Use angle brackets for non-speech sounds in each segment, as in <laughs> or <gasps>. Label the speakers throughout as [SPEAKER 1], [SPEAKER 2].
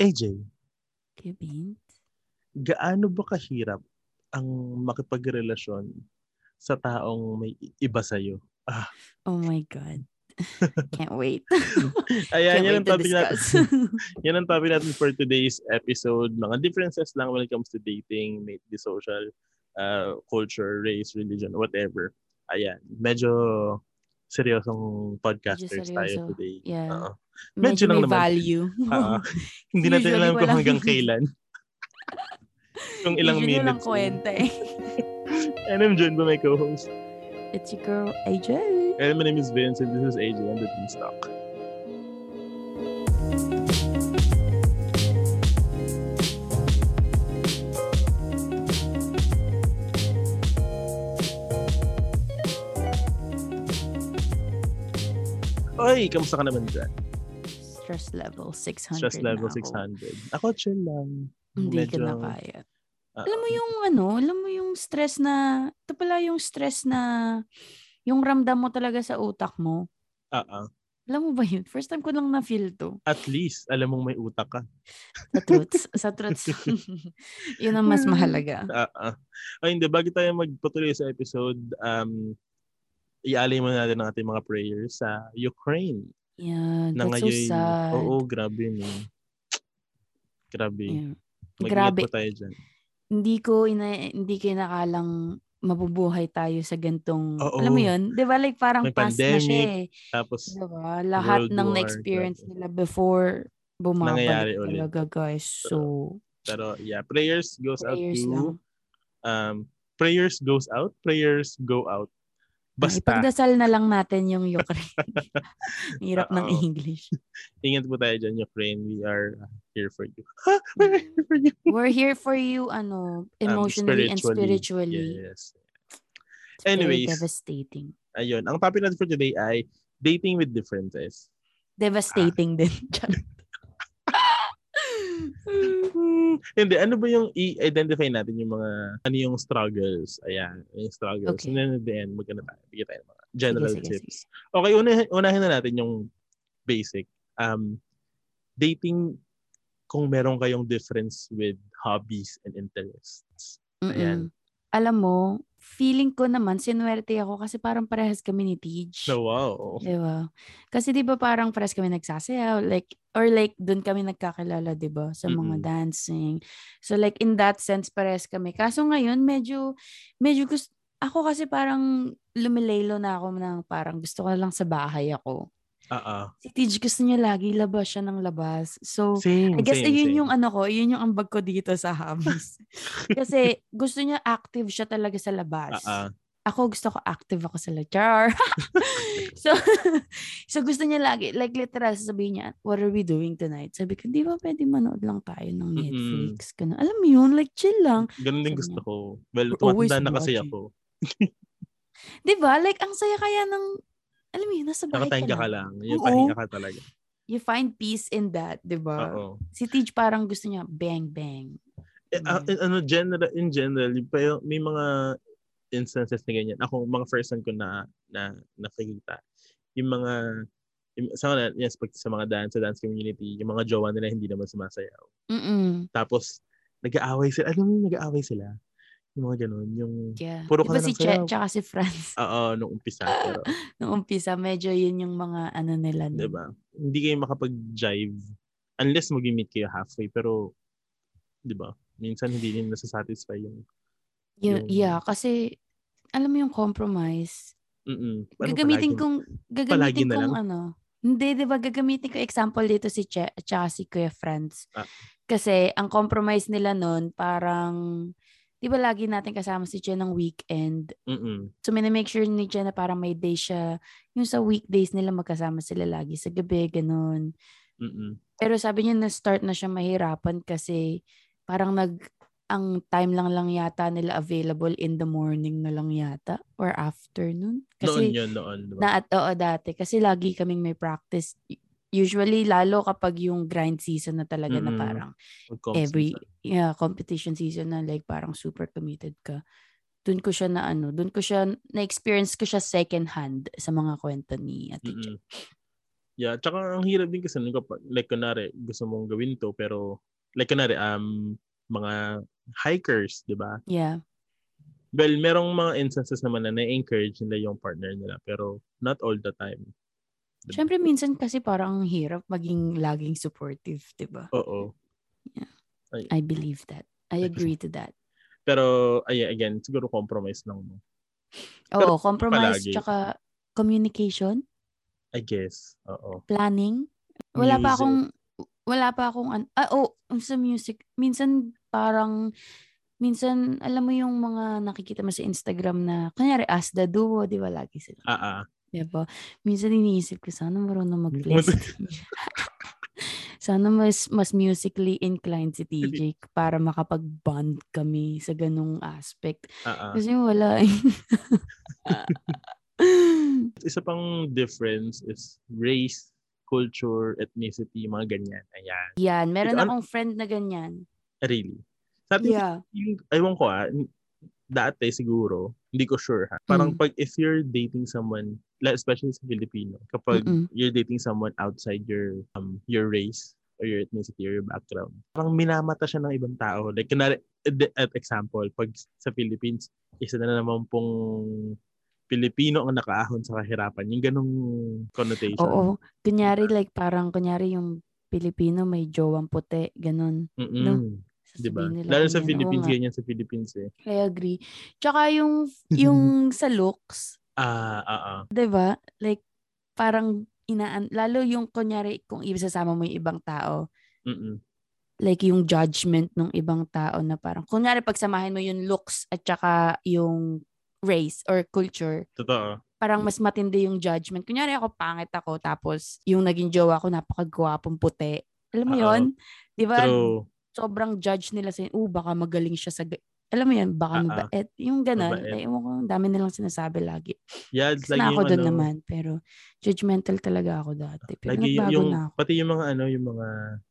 [SPEAKER 1] AJ,
[SPEAKER 2] Kuya Bint.
[SPEAKER 1] gaano ba kahirap ang makipagrelasyon sa taong may i- iba sa'yo?
[SPEAKER 2] Oh my
[SPEAKER 1] <laughs>
[SPEAKER 2] God. Can't wait.
[SPEAKER 1] Ayan, yan
[SPEAKER 2] Can't wait
[SPEAKER 1] ang
[SPEAKER 2] to
[SPEAKER 1] topic
[SPEAKER 2] discuss. <laughs>
[SPEAKER 1] natin. <laughs> yan ang topic natin for today's episode. Mga differences lang when it comes to dating, mate, the social, uh, culture, race, religion, whatever. Ayan, medyo seryosong podcasters tayo
[SPEAKER 2] seryoso.
[SPEAKER 1] today.
[SPEAKER 2] Yeah. <laughs>
[SPEAKER 1] Oo. Uh, Medyo
[SPEAKER 2] Medyo
[SPEAKER 1] lang
[SPEAKER 2] may
[SPEAKER 1] naman. <laughs>
[SPEAKER 2] value.
[SPEAKER 1] Ah, hindi natin
[SPEAKER 2] Usually
[SPEAKER 1] alam kung
[SPEAKER 2] walang- <laughs>
[SPEAKER 1] hanggang kailan. Kung ilang
[SPEAKER 2] Usually walang
[SPEAKER 1] minutes.
[SPEAKER 2] kwenta eh. <laughs>
[SPEAKER 1] And I'm joined by my co-host.
[SPEAKER 2] It's your girl, AJ.
[SPEAKER 1] And my name is Vince and this is AJ and the Beanstalk. Oy, kamusta ka naman dyan?
[SPEAKER 2] Stress level 600
[SPEAKER 1] Stress level
[SPEAKER 2] na ako.
[SPEAKER 1] 600. Ako chill lang.
[SPEAKER 2] Hindi ka na kaya. Alam mo yung ano, alam mo yung stress na, ito pala yung stress na, yung ramdam mo talaga sa utak mo.
[SPEAKER 1] uh
[SPEAKER 2] Alam mo ba yun? First time ko lang na-feel to.
[SPEAKER 1] At least, alam mong may utak ka.
[SPEAKER 2] Sa truths. sa
[SPEAKER 1] <laughs>
[SPEAKER 2] truths. <laughs> yun ang
[SPEAKER 1] Hmm.
[SPEAKER 2] mas mahalaga.
[SPEAKER 1] Ah, ah. Ay, hindi. Bago tayo magpatuloy sa episode, um, ialay mo natin ang ating mga prayers sa Ukraine.
[SPEAKER 2] Yan.
[SPEAKER 1] Na
[SPEAKER 2] That's so
[SPEAKER 1] ngayon-
[SPEAKER 2] sad.
[SPEAKER 1] Oo, grabe no. Grabe.
[SPEAKER 2] Yeah.
[SPEAKER 1] Mag-ingat
[SPEAKER 2] Grabe.
[SPEAKER 1] po tayo dyan.
[SPEAKER 2] Hindi ko, ina- hindi ko inakalang mabubuhay tayo sa gantong,
[SPEAKER 1] Oo.
[SPEAKER 2] alam mo yun? Di ba like parang
[SPEAKER 1] May
[SPEAKER 2] past na siya eh.
[SPEAKER 1] Tapos,
[SPEAKER 2] Diba? Lahat
[SPEAKER 1] World
[SPEAKER 2] ng
[SPEAKER 1] War,
[SPEAKER 2] na-experience
[SPEAKER 1] grabe.
[SPEAKER 2] nila before
[SPEAKER 1] Nangyayari
[SPEAKER 2] bumabalik
[SPEAKER 1] ulit.
[SPEAKER 2] talaga guys. So,
[SPEAKER 1] pero yeah, prayers goes out to,
[SPEAKER 2] prayers lang.
[SPEAKER 1] um, prayers goes out, prayers go out. Basta,
[SPEAKER 2] Ipagdasal na lang natin yung Ukraine.
[SPEAKER 1] <laughs>
[SPEAKER 2] Ang Hirap ng
[SPEAKER 1] Oo. <laughs>
[SPEAKER 2] English.
[SPEAKER 1] ingat po tayo dyan, Ukraine. We are here for you. Ha? We're here for you.
[SPEAKER 2] We're here for you,
[SPEAKER 1] Um,
[SPEAKER 2] ano, emotionally and spiritually.
[SPEAKER 1] Yes.
[SPEAKER 2] It's very
[SPEAKER 1] Anyways.
[SPEAKER 2] devastating.
[SPEAKER 1] Ayun. Ang topic natin for today ay dating with differences. Ah.
[SPEAKER 2] Devastating din. <laughs>
[SPEAKER 1] <laughs>
[SPEAKER 2] Charot.
[SPEAKER 1] Hindi, ano ba yung i-identify natin yung mga, ano yung struggles? Ayan, yung struggles.
[SPEAKER 2] Okay.
[SPEAKER 1] And then at the end, magkano tayo? Bigyan tayo ng mga general
[SPEAKER 2] Sige, sige,
[SPEAKER 1] tips. Okay, unahin, unahin na natin yung basic. Um, dating kung meron kayong difference with hobbies and interests.
[SPEAKER 2] Mm-mm.
[SPEAKER 1] Ayan.
[SPEAKER 2] Alam mo, feeling ko naman, sinuwerte ako kasi parang parehas kami ni Tej.
[SPEAKER 1] So, wow.
[SPEAKER 2] Diba? Kasi 'di ba parang parehas kami nagsasayaw like or like doon kami nagkakilala 'di ba sa
[SPEAKER 1] Mm-mm.
[SPEAKER 2] mga dancing. So like in that sense parehas kami. Kaso ngayon medyo medyo gusto ako kasi parang lumilaylo na ako ng parang gusto ko na lang sa bahay ako.
[SPEAKER 1] Ah, ah.
[SPEAKER 2] Si Tej gusto niya lagi labas siya ng labas. So
[SPEAKER 1] Same,
[SPEAKER 2] I guess
[SPEAKER 1] same,
[SPEAKER 2] ayun
[SPEAKER 1] same.
[SPEAKER 2] yung ano ko, ayun yung ambag ko dito sa hobbies. <laughs> kasi gusto niya active siya talaga sa labas
[SPEAKER 1] Ah, ah.
[SPEAKER 2] ako gusto ko active ako sa jar. <laughs> so, <laughs> so gusto niya lagi, like literal, sasabihin niya, what are we doing tonight? Sabi ko, di ba pwede manood lang tayo ng
[SPEAKER 1] Mm-mm.
[SPEAKER 2] Netflix? Ganun. Alam mo yun, like chill lang.
[SPEAKER 1] Ganun din
[SPEAKER 2] Sabi
[SPEAKER 1] gusto
[SPEAKER 2] niya,
[SPEAKER 1] ko. Well,
[SPEAKER 2] "We're always
[SPEAKER 1] tumatanda na kasi
[SPEAKER 2] watching."
[SPEAKER 1] ako.
[SPEAKER 2] Di ba? Like, ang saya kaya ng, alam mo yun, nasa bahay ka,
[SPEAKER 1] Nakapahinga ka
[SPEAKER 2] lang.
[SPEAKER 1] lang. Yung
[SPEAKER 2] Oo.
[SPEAKER 1] pahinga ka talaga.
[SPEAKER 2] You find peace in that, di ba?
[SPEAKER 1] Oo.
[SPEAKER 2] Si Tej parang gusto niya, bang, bang.
[SPEAKER 1] Eh, ah, in- ano general in general yung pa- may mga instances na ganyan ako mga first time ko na na nakikita yung mga yung, sa mga yes, pag sa mga dance sa dance community yung mga jowa nila hindi naman sumasayaw
[SPEAKER 2] Mm-mm.
[SPEAKER 1] tapos nag-aaway sila alam mo yung nag-aaway sila yung mga ganun yung
[SPEAKER 2] Yeah.
[SPEAKER 1] Puro
[SPEAKER 2] Puro
[SPEAKER 1] ka na
[SPEAKER 2] si
[SPEAKER 1] lang sayaw.
[SPEAKER 2] Chet, tsaka si Franz.
[SPEAKER 1] oo nung umpisa pero
[SPEAKER 2] Nung umpisa, medyo yun yung mga ano nila. nun.
[SPEAKER 1] 'di ba hindi kayo makapag-jive unless mag-meet kayo halfway pero 'di ba minsan hindi din nasasatisfy yung
[SPEAKER 2] Yun-
[SPEAKER 1] Yung-
[SPEAKER 2] yeah, kasi alam mo yung compromise,
[SPEAKER 1] mm
[SPEAKER 2] gagamitin kong
[SPEAKER 1] Palagi
[SPEAKER 2] gagamitin
[SPEAKER 1] na
[SPEAKER 2] kong ano. Hindi, di ba? Gagamitin ko example dito si Che at saka si Kuya Franz.
[SPEAKER 1] Ah.
[SPEAKER 2] Kasi ang compromise nila nun, parang, di ba lagi natin kasama si Che ng weekend?
[SPEAKER 1] mm
[SPEAKER 2] So, minamake sure ni Che na parang may day siya. Yung sa weekdays nila, magkasama sila lagi sa gabi, ganun.
[SPEAKER 1] mm
[SPEAKER 2] Pero sabi niya, na-start na siya mahirapan kasi parang nag, ang time lang lang yata nila available in the morning na lang yata or afternoon.
[SPEAKER 1] noon
[SPEAKER 2] Kasi
[SPEAKER 1] yun, noon. Diba?
[SPEAKER 2] na at oo dati kasi lagi kaming may practice usually lalo kapag yung grind season na talaga na
[SPEAKER 1] Mm-mm.
[SPEAKER 2] parang
[SPEAKER 1] Mag-comp
[SPEAKER 2] every
[SPEAKER 1] season.
[SPEAKER 2] yeah, competition season na like parang super committed ka doon ko siya na ano doon ko siya na experience ko siya second hand sa mga kwento ni Ate Che.
[SPEAKER 1] Mm-mm. Yeah, tsaka ang hirap din kasi nun kapag, like kunwari, gusto mong gawin to, pero like kunwari, um, mga hikers, di ba?
[SPEAKER 2] Yeah.
[SPEAKER 1] Well, merong mga instances naman na na-encourage nila yung partner nila, pero not all the time. Diba?
[SPEAKER 2] Siyempre, minsan kasi parang ang hirap maging laging supportive, di ba?
[SPEAKER 1] Oo.
[SPEAKER 2] I believe that. I agree to that.
[SPEAKER 1] Pero, ay, again, siguro compromise lang mo.
[SPEAKER 2] Oo, compromise,
[SPEAKER 1] palagi.
[SPEAKER 2] tsaka communication,
[SPEAKER 1] I guess. Oo.
[SPEAKER 2] planning. Wala
[SPEAKER 1] Music.
[SPEAKER 2] pa akong, wala pa akong, an- ah, oh, sa music, minsan parang, minsan, alam mo yung mga nakikita mo sa Instagram na, kanyari, as the duo, di ba, lagi sila.
[SPEAKER 1] Ah, ah.
[SPEAKER 2] Diba? Minsan iniisip ko, sana marunong <laughs> mag-play si TJ. sana mas, mas musically inclined si
[SPEAKER 1] <laughs>
[SPEAKER 2] TJ para makapag-bond kami sa ganung aspect.
[SPEAKER 1] ah, ah.
[SPEAKER 2] Kasi wala. eh. <laughs>
[SPEAKER 1] Isa pang difference is race, culture, ethnicity, mga ganyan. Ayan.
[SPEAKER 2] Yan, meron
[SPEAKER 1] Ikaw, an-
[SPEAKER 2] akong friend na ganyan.
[SPEAKER 1] Really. Sa atin,
[SPEAKER 2] Yeah.
[SPEAKER 1] yung, aywan ko ah, n- dati siguro, hindi ko sure ha. Parang
[SPEAKER 2] Mm.
[SPEAKER 1] pag if you're dating someone, like, especially sa Filipino, kapag
[SPEAKER 2] Mm-mm.
[SPEAKER 1] you're dating someone outside your um your race or your ethnicity or your background, parang minamata siya ng ibang tao. Like, kunwari, ed- at example, pag sa Philippines, isa na naman pong Pilipino ang nakaahon sa kahirapan. Yung ganong connotation.
[SPEAKER 2] Oo. Kunyari, like, parang, kunyari yung Pilipino may jowang puti, ganun.
[SPEAKER 1] Mm-mm.
[SPEAKER 2] No?
[SPEAKER 1] Diba?
[SPEAKER 2] Sasabihin nila
[SPEAKER 1] Lalo sa
[SPEAKER 2] ganyan. Oo
[SPEAKER 1] Philippines,
[SPEAKER 2] nga.
[SPEAKER 1] ganyan sa Philippines eh.
[SPEAKER 2] I agree. Tsaka yung, yung sa looks,
[SPEAKER 1] <laughs> Ah, ah, ah.
[SPEAKER 2] 'di ba? Like parang inaan lalo yung kunyari kung ibasasama mo yung ibang tao,
[SPEAKER 1] Mm-mm.
[SPEAKER 2] like yung judgment ng ibang tao na parang kunyari pagsamahin mo yung looks at saka yung race or culture,
[SPEAKER 1] Totoo.
[SPEAKER 2] parang mas matindi yung judgment. Kunyari ako pangit ako tapos yung naging jowa ko napakagwapong puti. Alam mo
[SPEAKER 1] Oo.
[SPEAKER 2] 'yon? 'Di ba?
[SPEAKER 1] True.
[SPEAKER 2] Sobrang judge nila sa oh baka magaling siya sa ga-" alam mo 'yon, baka
[SPEAKER 1] Ah, ah.
[SPEAKER 2] mabait. Yung ganun,
[SPEAKER 1] Mabait.
[SPEAKER 2] ay, ewan ko, ang dami nilang sinasabi lagi.
[SPEAKER 1] Yeah, it's
[SPEAKER 2] Like
[SPEAKER 1] like yung
[SPEAKER 2] na ako doon
[SPEAKER 1] ano,
[SPEAKER 2] naman, pero judgmental talaga ako dati. Pero
[SPEAKER 1] lagi yung,
[SPEAKER 2] nagbago
[SPEAKER 1] yung
[SPEAKER 2] na ako.
[SPEAKER 1] pati yung mga ano, yung mga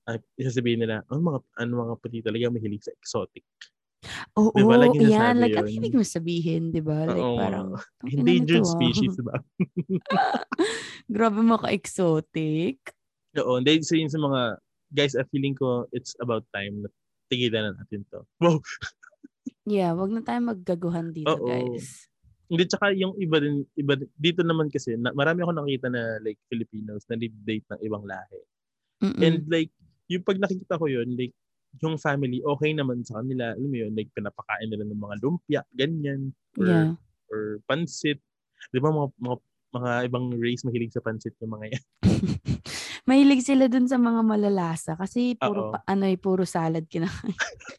[SPEAKER 1] ah, isasabihin nila, ang mga ano mga puti talaga mahilig sa exotic.
[SPEAKER 2] Oo,
[SPEAKER 1] di ba, lagi
[SPEAKER 2] yan.
[SPEAKER 1] nasabi
[SPEAKER 2] Like, ano
[SPEAKER 1] yun?
[SPEAKER 2] ibig mo sabihin, di ba? Like,
[SPEAKER 1] Oo nga. <laughs>
[SPEAKER 2] parang, "Tang ina
[SPEAKER 1] Endangered
[SPEAKER 2] nito, ah."
[SPEAKER 1] species, diba?
[SPEAKER 2] <laughs> Grabe mga exotic.
[SPEAKER 1] Oo, and then so yun sa mga guys, I feeling ko it's about time na tigilan na natin to. Wow.
[SPEAKER 2] Yeah, wag na tayo maggaguhan dito,
[SPEAKER 1] Oo.
[SPEAKER 2] guys.
[SPEAKER 1] Hindi tsaka yung iba din iba din- dito naman kasi na, marami ako nakita na like Filipinos na date ng ibang lahi.
[SPEAKER 2] Mm-mm.
[SPEAKER 1] And like, yung pag nakikita ko yun, like, yung family, okay naman sa kanila. Alam mo yun, like, pinapakain nila ng mga lumpia, ganyan, or,
[SPEAKER 2] yeah.
[SPEAKER 1] or pansit. Di ba, mga, mga, mga ibang race mahilig sa pansit yung mga yan. <laughs>
[SPEAKER 2] Mahilig sila dun sa mga malalasa kasi
[SPEAKER 1] Oo.
[SPEAKER 2] puro pa, ano eh, puro salad kinakain. <laughs>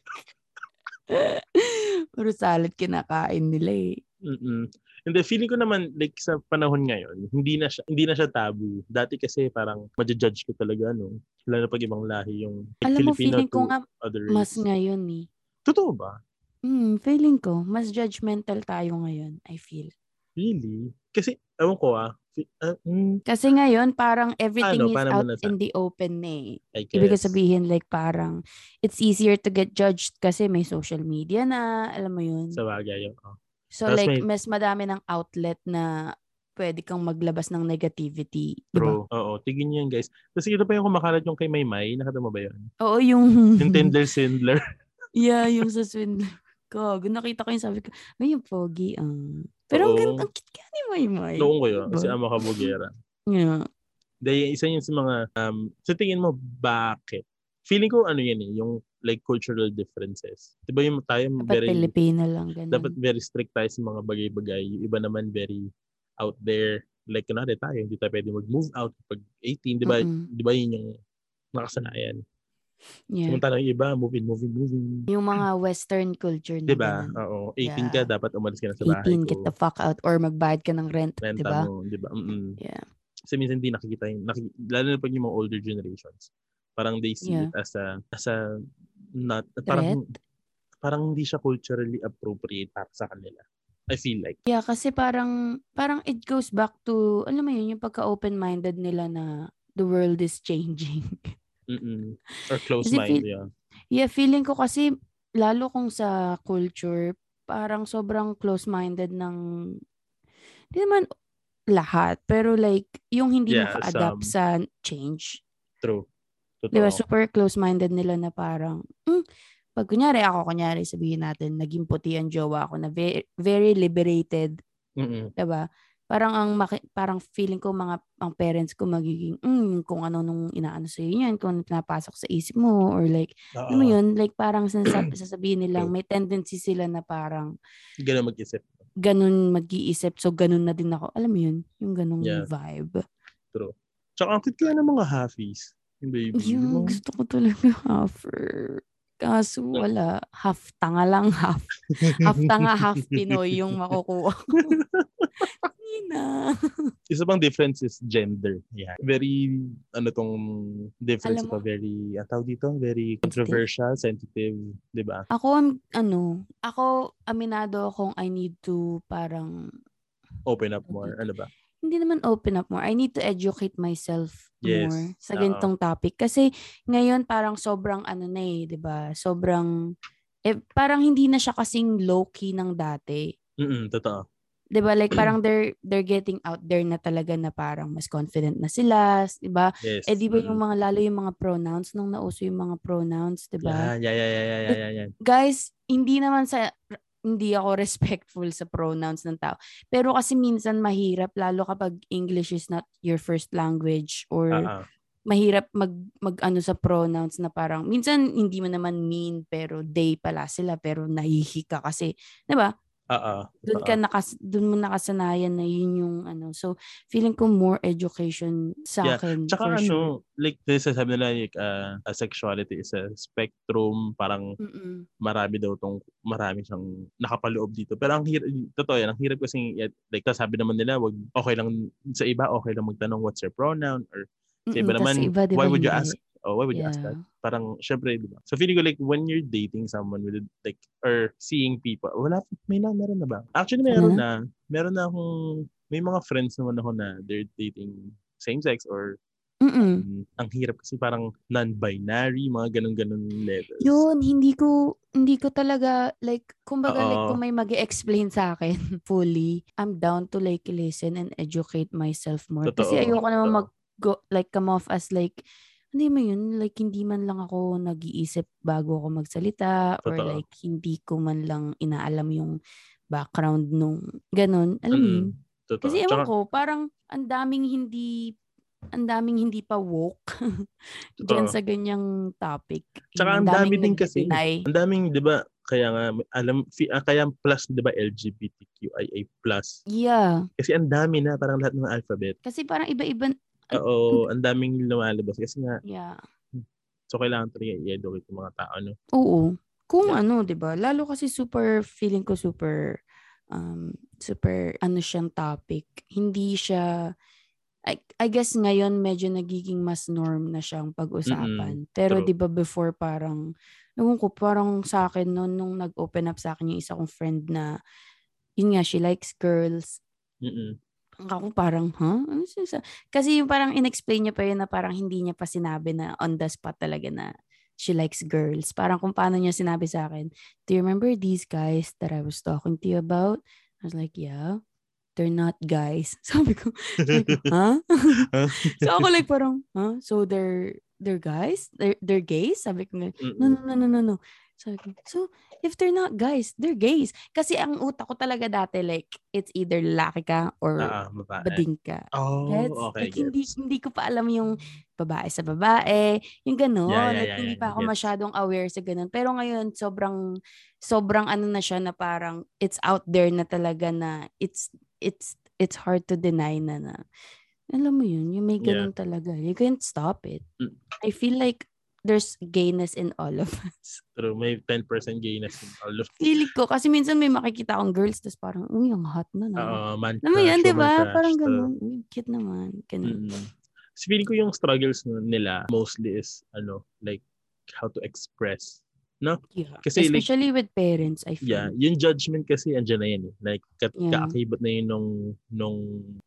[SPEAKER 2] puro salad kinakain nila eh.
[SPEAKER 1] Mm-mm. And the feeling ko naman, like, sa panahon ngayon, hindi na siya, hindi na siya tabu. Dati kasi parang, maja-judge ko talaga, no? Lalo na pag ibang lahi yung like,
[SPEAKER 2] Alam mo,
[SPEAKER 1] Filipino
[SPEAKER 2] feeling
[SPEAKER 1] to
[SPEAKER 2] ko nga
[SPEAKER 1] other race.
[SPEAKER 2] mas ngayon eh.
[SPEAKER 1] Totoo ba?
[SPEAKER 2] Mm, feeling ko, mas judgmental tayo ngayon, I feel.
[SPEAKER 1] Really? Kasi, ewan ko ah, fi- ah, mm,
[SPEAKER 2] Kasi ngayon, parang
[SPEAKER 1] Ano,
[SPEAKER 2] everything is
[SPEAKER 1] paano mo
[SPEAKER 2] out
[SPEAKER 1] nasabi?
[SPEAKER 2] in the open na eh.
[SPEAKER 1] I guess.
[SPEAKER 2] Ibig sabihin, like parang, it's easier to get judged kasi may social media na, alam mo yun.
[SPEAKER 1] Sa bagay, ah, oo.
[SPEAKER 2] So
[SPEAKER 1] Tapos
[SPEAKER 2] like,
[SPEAKER 1] may-
[SPEAKER 2] mas madami ng outlet na pwede kang maglabas ng negativity.
[SPEAKER 1] Bro,
[SPEAKER 2] Diba?
[SPEAKER 1] oo, tigin niyo yan guys. Tapos ito pa yung kumakalat yung kay Maymay, nakatama ba yun?
[SPEAKER 2] Oo, yung... <laughs>
[SPEAKER 1] Yung Tindler Sindler.
[SPEAKER 2] yeah, yung sa swindler. <laughs> Gago, nakita ko yung sabi ko, ay, yung pogi. ah. Pero ang
[SPEAKER 1] Oo.
[SPEAKER 2] ganda, ang cute ni Maymay.
[SPEAKER 1] Noong ko yun,
[SPEAKER 2] Diba?
[SPEAKER 1] si Ama Kabugera.
[SPEAKER 2] Yeah.
[SPEAKER 1] Dahil isa yun sa mga, um, sa tingin mo, bakit? Feeling ko ano yan eh, yung like cultural differences. Di ba yung tayo
[SPEAKER 2] Dapat
[SPEAKER 1] very,
[SPEAKER 2] Pilipino lang, ganun.
[SPEAKER 1] dapat very strict tayo sa mga bagay-bagay. Yung iba naman very out there. Like kunwari tayo, hindi tayo pwede mag-move out pag 18, di ba?
[SPEAKER 2] Mm-mm.
[SPEAKER 1] Di ba yun yung nakasanayan?
[SPEAKER 2] Yeah.
[SPEAKER 1] Sumunta ng iba, move in, move in, move in.
[SPEAKER 2] Yung mga western culture na
[SPEAKER 1] Di ba?
[SPEAKER 2] ganun.
[SPEAKER 1] Diba? Oo, 18 ka,
[SPEAKER 2] Yeah.
[SPEAKER 1] dapat umalis ka na sa bahay
[SPEAKER 2] 18,
[SPEAKER 1] ko.
[SPEAKER 2] get the fuck out or magbayad ka ng rent, diba?
[SPEAKER 1] renta
[SPEAKER 2] di ba?
[SPEAKER 1] mo, di ba? Mm-mm.
[SPEAKER 2] Yeah.
[SPEAKER 1] Kasi minsan hindi nakikita yung, naki- lalo na pag yung mga older generations, parang they see
[SPEAKER 2] Yeah.
[SPEAKER 1] it as a, as a, not, parang, parang hindi siya culturally appropriate para sa kanila. I feel like.
[SPEAKER 2] Yeah, kasi parang, parang it goes back to, alam mo yun, yung pagka-open-minded nila na the world is changing. <laughs>
[SPEAKER 1] Mm-mm. Or close
[SPEAKER 2] Kasi
[SPEAKER 1] mind,
[SPEAKER 2] feel-
[SPEAKER 1] yeah.
[SPEAKER 2] yeah, feeling ko kasi, lalo kung sa culture, parang sobrang close-minded ng, di naman lahat. Pero like, yung hindi
[SPEAKER 1] Yeah,
[SPEAKER 2] naka-adapt
[SPEAKER 1] some-
[SPEAKER 2] sa change.
[SPEAKER 1] True. Totoo.
[SPEAKER 2] Di ba? Super close-minded nila na parang, mm, pag kunyari ako, kunyari sabihin natin, naging puti ang jowa ako na very, very liberated
[SPEAKER 1] Mm-mm.
[SPEAKER 2] 'di ba? Parang ang maki- parang feeling ko mga ang parents ko magiging mm, kung ano nung inaano sa niyan, kung ano pinapasok sa isip mo or like
[SPEAKER 1] Oo.
[SPEAKER 2] alam mo yun, like parang
[SPEAKER 1] <clears throat>
[SPEAKER 2] sinasab- sasabihin nilang may tendency sila na parang
[SPEAKER 1] Ganun mag-isip.
[SPEAKER 2] ganun mag-iisip so ganun na din ako. Alam mo yun, yung ganung
[SPEAKER 1] Yeah.
[SPEAKER 2] vibe.
[SPEAKER 1] Tsaka ang cute kaya ng mga halfies. Yung baby.
[SPEAKER 2] Yung
[SPEAKER 1] Yung...
[SPEAKER 2] gusto ko talaga offer. Kaso wala, half tanga lang, half half
[SPEAKER 1] <laughs>
[SPEAKER 2] tanga, half Pinoy yung makukuha ko. Nina.
[SPEAKER 1] Isa pang difference is gender. Yeah. Very, ano tong difference
[SPEAKER 2] Alam
[SPEAKER 1] ito,
[SPEAKER 2] mo-
[SPEAKER 1] very, ang tawag dito, very controversial, sensitive, di ba?
[SPEAKER 2] Ako, ang- ano, ako, aminado akong I need to parang,
[SPEAKER 1] Open up more. Ano ba?
[SPEAKER 2] hindi naman open up more. I need to educate myself
[SPEAKER 1] Yes.
[SPEAKER 2] more sa
[SPEAKER 1] Oo.
[SPEAKER 2] ganitong topic. Kasi ngayon parang sobrang ano na eh, di ba? Sobrang, eh, parang hindi na siya kasing low-key ng dati.
[SPEAKER 1] Mm-mm, totoo.
[SPEAKER 2] 'di ba like parang they're they're getting out there na talaga na parang mas confident na sila, 'di ba?
[SPEAKER 1] Yes.
[SPEAKER 2] Eh 'di ba
[SPEAKER 1] Mm-mm.
[SPEAKER 2] yung mga lalo yung mga pronouns nung nauso yung mga pronouns, 'di ba?
[SPEAKER 1] Yan, yan, yan, yan, yan, yan, yan, yan.
[SPEAKER 2] guys, hindi naman sa hindi ako <laughs> respectful sa pronouns ng tao. Pero kasi minsan mahirap lalo kapag English is not your first language or
[SPEAKER 1] Ah, ah.
[SPEAKER 2] mahirap mag mag ano sa pronouns na parang minsan hindi mo naman mean pero they pala sila pero nahihika kasi, 'di ba?
[SPEAKER 1] Ah, ah.
[SPEAKER 2] Doon
[SPEAKER 1] Totoo.
[SPEAKER 2] ka nakas doon mo nakasanayan na yun yung ano. So, feeling ko more education sa
[SPEAKER 1] Yeah.
[SPEAKER 2] akin. for
[SPEAKER 1] Tsaka ano,
[SPEAKER 2] sure.
[SPEAKER 1] like this, sabi nila, like, uh, a sexuality is a spectrum, parang
[SPEAKER 2] Mm-mm.
[SPEAKER 1] marami daw tong, marami siyang nakapaloob dito. Pero ang hirap, totoo yan, ang hirap kasi, like, tas sabi naman nila, wag, okay lang, sa iba, okay lang magtanong what's your pronoun, or sa
[SPEAKER 2] Mm-mm.
[SPEAKER 1] iba
[SPEAKER 2] Tas
[SPEAKER 1] naman,
[SPEAKER 2] iba, Ah, di
[SPEAKER 1] why
[SPEAKER 2] ba,
[SPEAKER 1] would you
[SPEAKER 2] hindi?
[SPEAKER 1] ask, oh, why would you ask that?
[SPEAKER 2] Yeah.
[SPEAKER 1] Parang, syempre, di ba? So, feeling ko, like, when you're dating someone with, like, or seeing people, wala, may na, meron na ba? Actually, meron na. Meron na akong, may mga friends naman ako na they're dating same sex or Mm,
[SPEAKER 2] Mm-mm.
[SPEAKER 1] ang hirap kasi parang non-binary, mga ganun-ganun levels.
[SPEAKER 2] Yun, hindi ko, hindi ko talaga, like, kumbaga, like,
[SPEAKER 1] Oo.
[SPEAKER 2] kung may mag explain sa akin <laughs> fully, I'm down to, like, listen and educate myself more.
[SPEAKER 1] Totoo,
[SPEAKER 2] Kasi ayoko naman
[SPEAKER 1] totoo.
[SPEAKER 2] mag-go, like, come off as, like, ano mo yun, like, hindi man lang ako nag-iisip bago ako magsalita or,
[SPEAKER 1] Totoo.
[SPEAKER 2] like, hindi ko man lang inaalam yung background nung ganun. Alam mo yun?
[SPEAKER 1] Mm, Totoo.
[SPEAKER 2] Kasi ewan
[SPEAKER 1] Tsaka-
[SPEAKER 2] ko, parang ang daming hindi ang daming hindi pa woke <laughs> dyan
[SPEAKER 1] Totoo.
[SPEAKER 2] sa ganyang topic.
[SPEAKER 1] Tsaka ang
[SPEAKER 2] Yung
[SPEAKER 1] dami
[SPEAKER 2] daming
[SPEAKER 1] din kasi.
[SPEAKER 2] nagdi-deny.
[SPEAKER 1] Ang daming, di ba, kaya nga, alam, fi- ah, kaya plus, di ba, LGBTQIA+.
[SPEAKER 2] Yeah.
[SPEAKER 1] Kasi ang dami na, parang lahat ng alphabet.
[SPEAKER 2] Kasi parang iba-iba.
[SPEAKER 1] Oo, ang daming lumalabas. Kasi nga,
[SPEAKER 2] Yeah.
[SPEAKER 1] so kailangan talaga i-educate yung mga tao, no?
[SPEAKER 2] Oo. Kung
[SPEAKER 1] Yeah.
[SPEAKER 2] ano, 'di ba? Lalo kasi super feeling ko super um super ano siyang topic. Hindi siya I, I guess ngayon medyo nagiging mas norm na siyang pag-usapan. Pero
[SPEAKER 1] true.
[SPEAKER 2] 'di ba before parang ewan ko parang sa akin noon nung nag-open up sa akin yung isa kong friend na yun nga she likes girls
[SPEAKER 1] Mm-mm.
[SPEAKER 2] ako parang, huh? Ano siya sa-" Kasi yung parang inexplain niya pa yun na parang hindi niya pa sinabi na on the spot talaga na she likes girls. Parang kung paano niya sinabi sa akin, do you remember these guys that I was talking to you about? I was like, yeah, they're not guys. <laughs> Sabi ko, sabi ko, huh? <laughs> so ako like parang, huh? So they're, they're guys? They're, they're gays? Sabi ko, ganun. no,
[SPEAKER 1] Mm-mm.
[SPEAKER 2] no, no, no, no, no. Sabi ko, so if they're not guys, they're gays. Kasi ang utak ko talaga dati, like, it's either lalaki ka or
[SPEAKER 1] Ah, ah, babae.
[SPEAKER 2] bading ka.
[SPEAKER 1] Oh,
[SPEAKER 2] Gets?
[SPEAKER 1] okay,
[SPEAKER 2] like, hindi,
[SPEAKER 1] gets.
[SPEAKER 2] hindi ko pa alam yung babae sa babae, yung gano'n.
[SPEAKER 1] Yeah, yeah,
[SPEAKER 2] like,
[SPEAKER 1] yeah,
[SPEAKER 2] hindi
[SPEAKER 1] yeah,
[SPEAKER 2] pa ako
[SPEAKER 1] gets.
[SPEAKER 2] masyadong aware sa gano'n. Pero ngayon, sobrang, sobrang ano na siya na parang, it's out there na talaga na, it's, it's, it's hard to deny na na. Alam mo yun, yung may
[SPEAKER 1] Yeah.
[SPEAKER 2] ganun talaga. You can't stop it.
[SPEAKER 1] Mm.
[SPEAKER 2] I feel like, there's gayness in all of us. <laughs>
[SPEAKER 1] True, may 10% gayness in all of
[SPEAKER 2] Feeling ko, kasi minsan may makikita akong girls, tapos parang, uy, ang hot na na.
[SPEAKER 1] Oo, man
[SPEAKER 2] Alam mo
[SPEAKER 1] crush,
[SPEAKER 2] yan, di
[SPEAKER 1] woman
[SPEAKER 2] ba?
[SPEAKER 1] crush,
[SPEAKER 2] Parang
[SPEAKER 1] true.
[SPEAKER 2] ganun. Uy, cute naman. Ganun.
[SPEAKER 1] Mm. So, feeling ko yung struggles nun nila mostly is, ano, like, how to express.
[SPEAKER 2] Yeah.
[SPEAKER 1] Kasi like-
[SPEAKER 2] Especially with parents, I
[SPEAKER 1] Yeah,
[SPEAKER 2] feel.
[SPEAKER 1] yung judgment kasi andyan na yan eh. Like, ka-
[SPEAKER 2] Yeah.
[SPEAKER 1] kaakibot na yun nung, nung,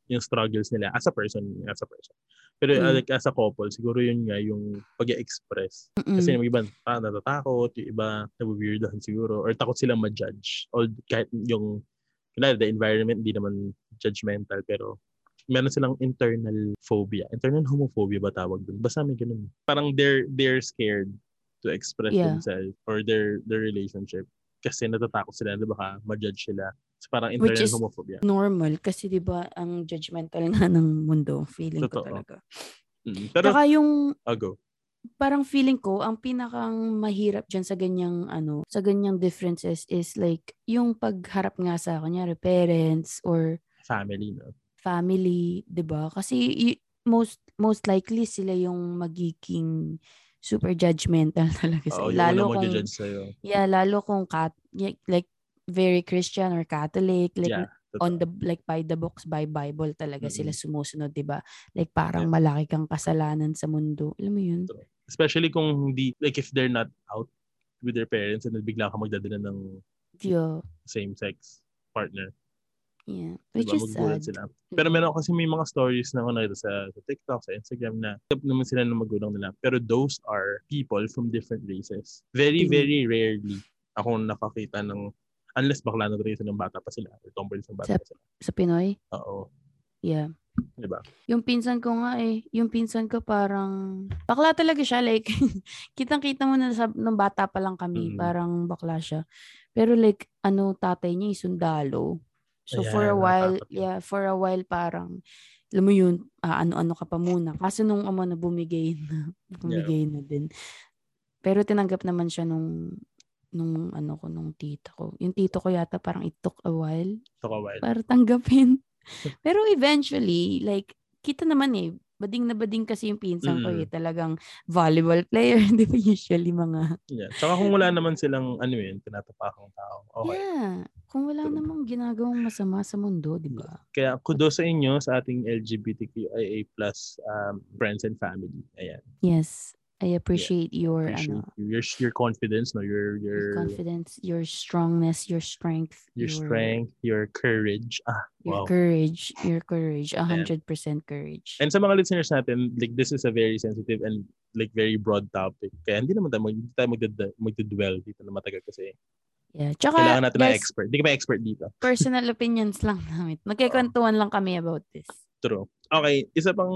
[SPEAKER 1] yung struggles nila as a person, as a person. Pero
[SPEAKER 2] Mm.
[SPEAKER 1] uh, like, as a couple, siguro yun nga, yung pag express
[SPEAKER 2] Mm-mm.
[SPEAKER 1] Kasi yung iba, ah, natatakot, yung iba, nabiweirdahan siguro, or takot sila ma-judge. Or kahit yung, kunwari, the environment, hindi naman judgmental, pero meron silang internal phobia. Internal homophobia ba tawag dun? Basta may ganun. Parang they're, they're scared to express
[SPEAKER 2] Yeah.
[SPEAKER 1] themselves or their their relationship kasi natatakot sila na baka ma-judge sila. So parang
[SPEAKER 2] Which
[SPEAKER 1] internal
[SPEAKER 2] is-
[SPEAKER 1] homophobia.
[SPEAKER 2] Normal kasi 'di ba ang judgmental nga ng mundo feeling
[SPEAKER 1] Totoo.
[SPEAKER 2] ko talaga.
[SPEAKER 1] Mm. Pero,
[SPEAKER 2] Tsaka yung
[SPEAKER 1] I'll go.
[SPEAKER 2] parang feeling ko ang pinakang mahirap diyan sa ganyang ano, sa ganyang differences is like yung pagharap nga sa kanya parents or
[SPEAKER 1] Family, no?
[SPEAKER 2] family, 'di ba? Kasi y- most most likely sila yung magiging super judgmental <laughs> talaga sa
[SPEAKER 1] Oo, yung
[SPEAKER 2] lalo
[SPEAKER 1] unang
[SPEAKER 2] kung
[SPEAKER 1] mag-judge sa'yo.
[SPEAKER 2] yeah, lalo kung cat like, like very Christian or Catholic like
[SPEAKER 1] yeah.
[SPEAKER 2] on the like by the books by Bible talaga sila sumusunod, 'di ba? Like parang malaki kang kasalanan sa mundo. Alam mo 'yun?
[SPEAKER 1] Especially kung hindi, like if they're not out with their parents and then bigla ka magdadala ng
[SPEAKER 2] Yeah.
[SPEAKER 1] same-sex partner.
[SPEAKER 2] yeah. Which
[SPEAKER 1] Diba?
[SPEAKER 2] is
[SPEAKER 1] Magugulat
[SPEAKER 2] sad.
[SPEAKER 1] sila. Pero meron kasi may mga stories na ako nakita sa, sa TikTok, sa Instagram na tap naman sila ng magulang nila. Pero those are people from different races. Very,
[SPEAKER 2] Mm.
[SPEAKER 1] very rarely ako nakakita ng unless bakla na rin ng bata pa sila or tomboy ng bata
[SPEAKER 2] Sa-
[SPEAKER 1] pa sila.
[SPEAKER 2] sa Pinoy.
[SPEAKER 1] Oo.
[SPEAKER 2] Yeah.
[SPEAKER 1] Di ba?
[SPEAKER 2] Yung pinsan ko nga eh, yung pinsan ko parang bakla talaga siya like <laughs> kitang-kita mo na sa nung bata pa lang kami,
[SPEAKER 1] Mm.
[SPEAKER 2] parang bakla siya. Pero like ano tatay niya isundalo. So for a
[SPEAKER 1] Ayan,
[SPEAKER 2] while,
[SPEAKER 1] natatakot yun.
[SPEAKER 2] yeah, for a while parang alam mo yun, ah, ano-ano ka pa muna. Kasi nung ama na bumigay na, <laughs> bumigay na din. Pero tinanggap naman siya nung nung ano ko nung tita ko. Yung tito ko yata parang it took a while
[SPEAKER 1] Ito ka, Wild.
[SPEAKER 2] para
[SPEAKER 1] <laughs>
[SPEAKER 2] tanggapin. Pero eventually, like, kita naman eh, bading na bading kasi yung pinsan ko eh, talagang volleyball player, <laughs> di ba usually mga,
[SPEAKER 1] Yeah. Tsaka kung wala naman silang ano yun, pinatapakang tao. Okay.
[SPEAKER 2] yeah, kung wala namang ginagawang masama sa mundo, di ba?
[SPEAKER 1] Kaya kudos sa inyo sa ating LGBTQIA plus um, friends and family. Ayan.
[SPEAKER 2] Yes, I appreciate your,
[SPEAKER 1] Appreciate
[SPEAKER 2] ano,
[SPEAKER 1] you. your, your confidence, no? Your, your,
[SPEAKER 2] your confidence, your strongness, your strength,
[SPEAKER 1] your strength, your courage. Ah,
[SPEAKER 2] your
[SPEAKER 1] wow.
[SPEAKER 2] courage, your courage, a hundred percent courage.
[SPEAKER 1] And sa mga listeners natin, like this is a very sensitive and like very broad topic. Kaya hindi naman tayo, mag- hindi tayo magdad- magdadwell dito na matagal kasi
[SPEAKER 2] yeah, tsaka,
[SPEAKER 1] kailangan natin ng
[SPEAKER 2] guys,
[SPEAKER 1] expert. Hindi ka ba expert dito?
[SPEAKER 2] personal opinions lang
[SPEAKER 1] <laughs>
[SPEAKER 2] namin. Magkikwentuhan lang kami about this.
[SPEAKER 1] True. Okay, isa pang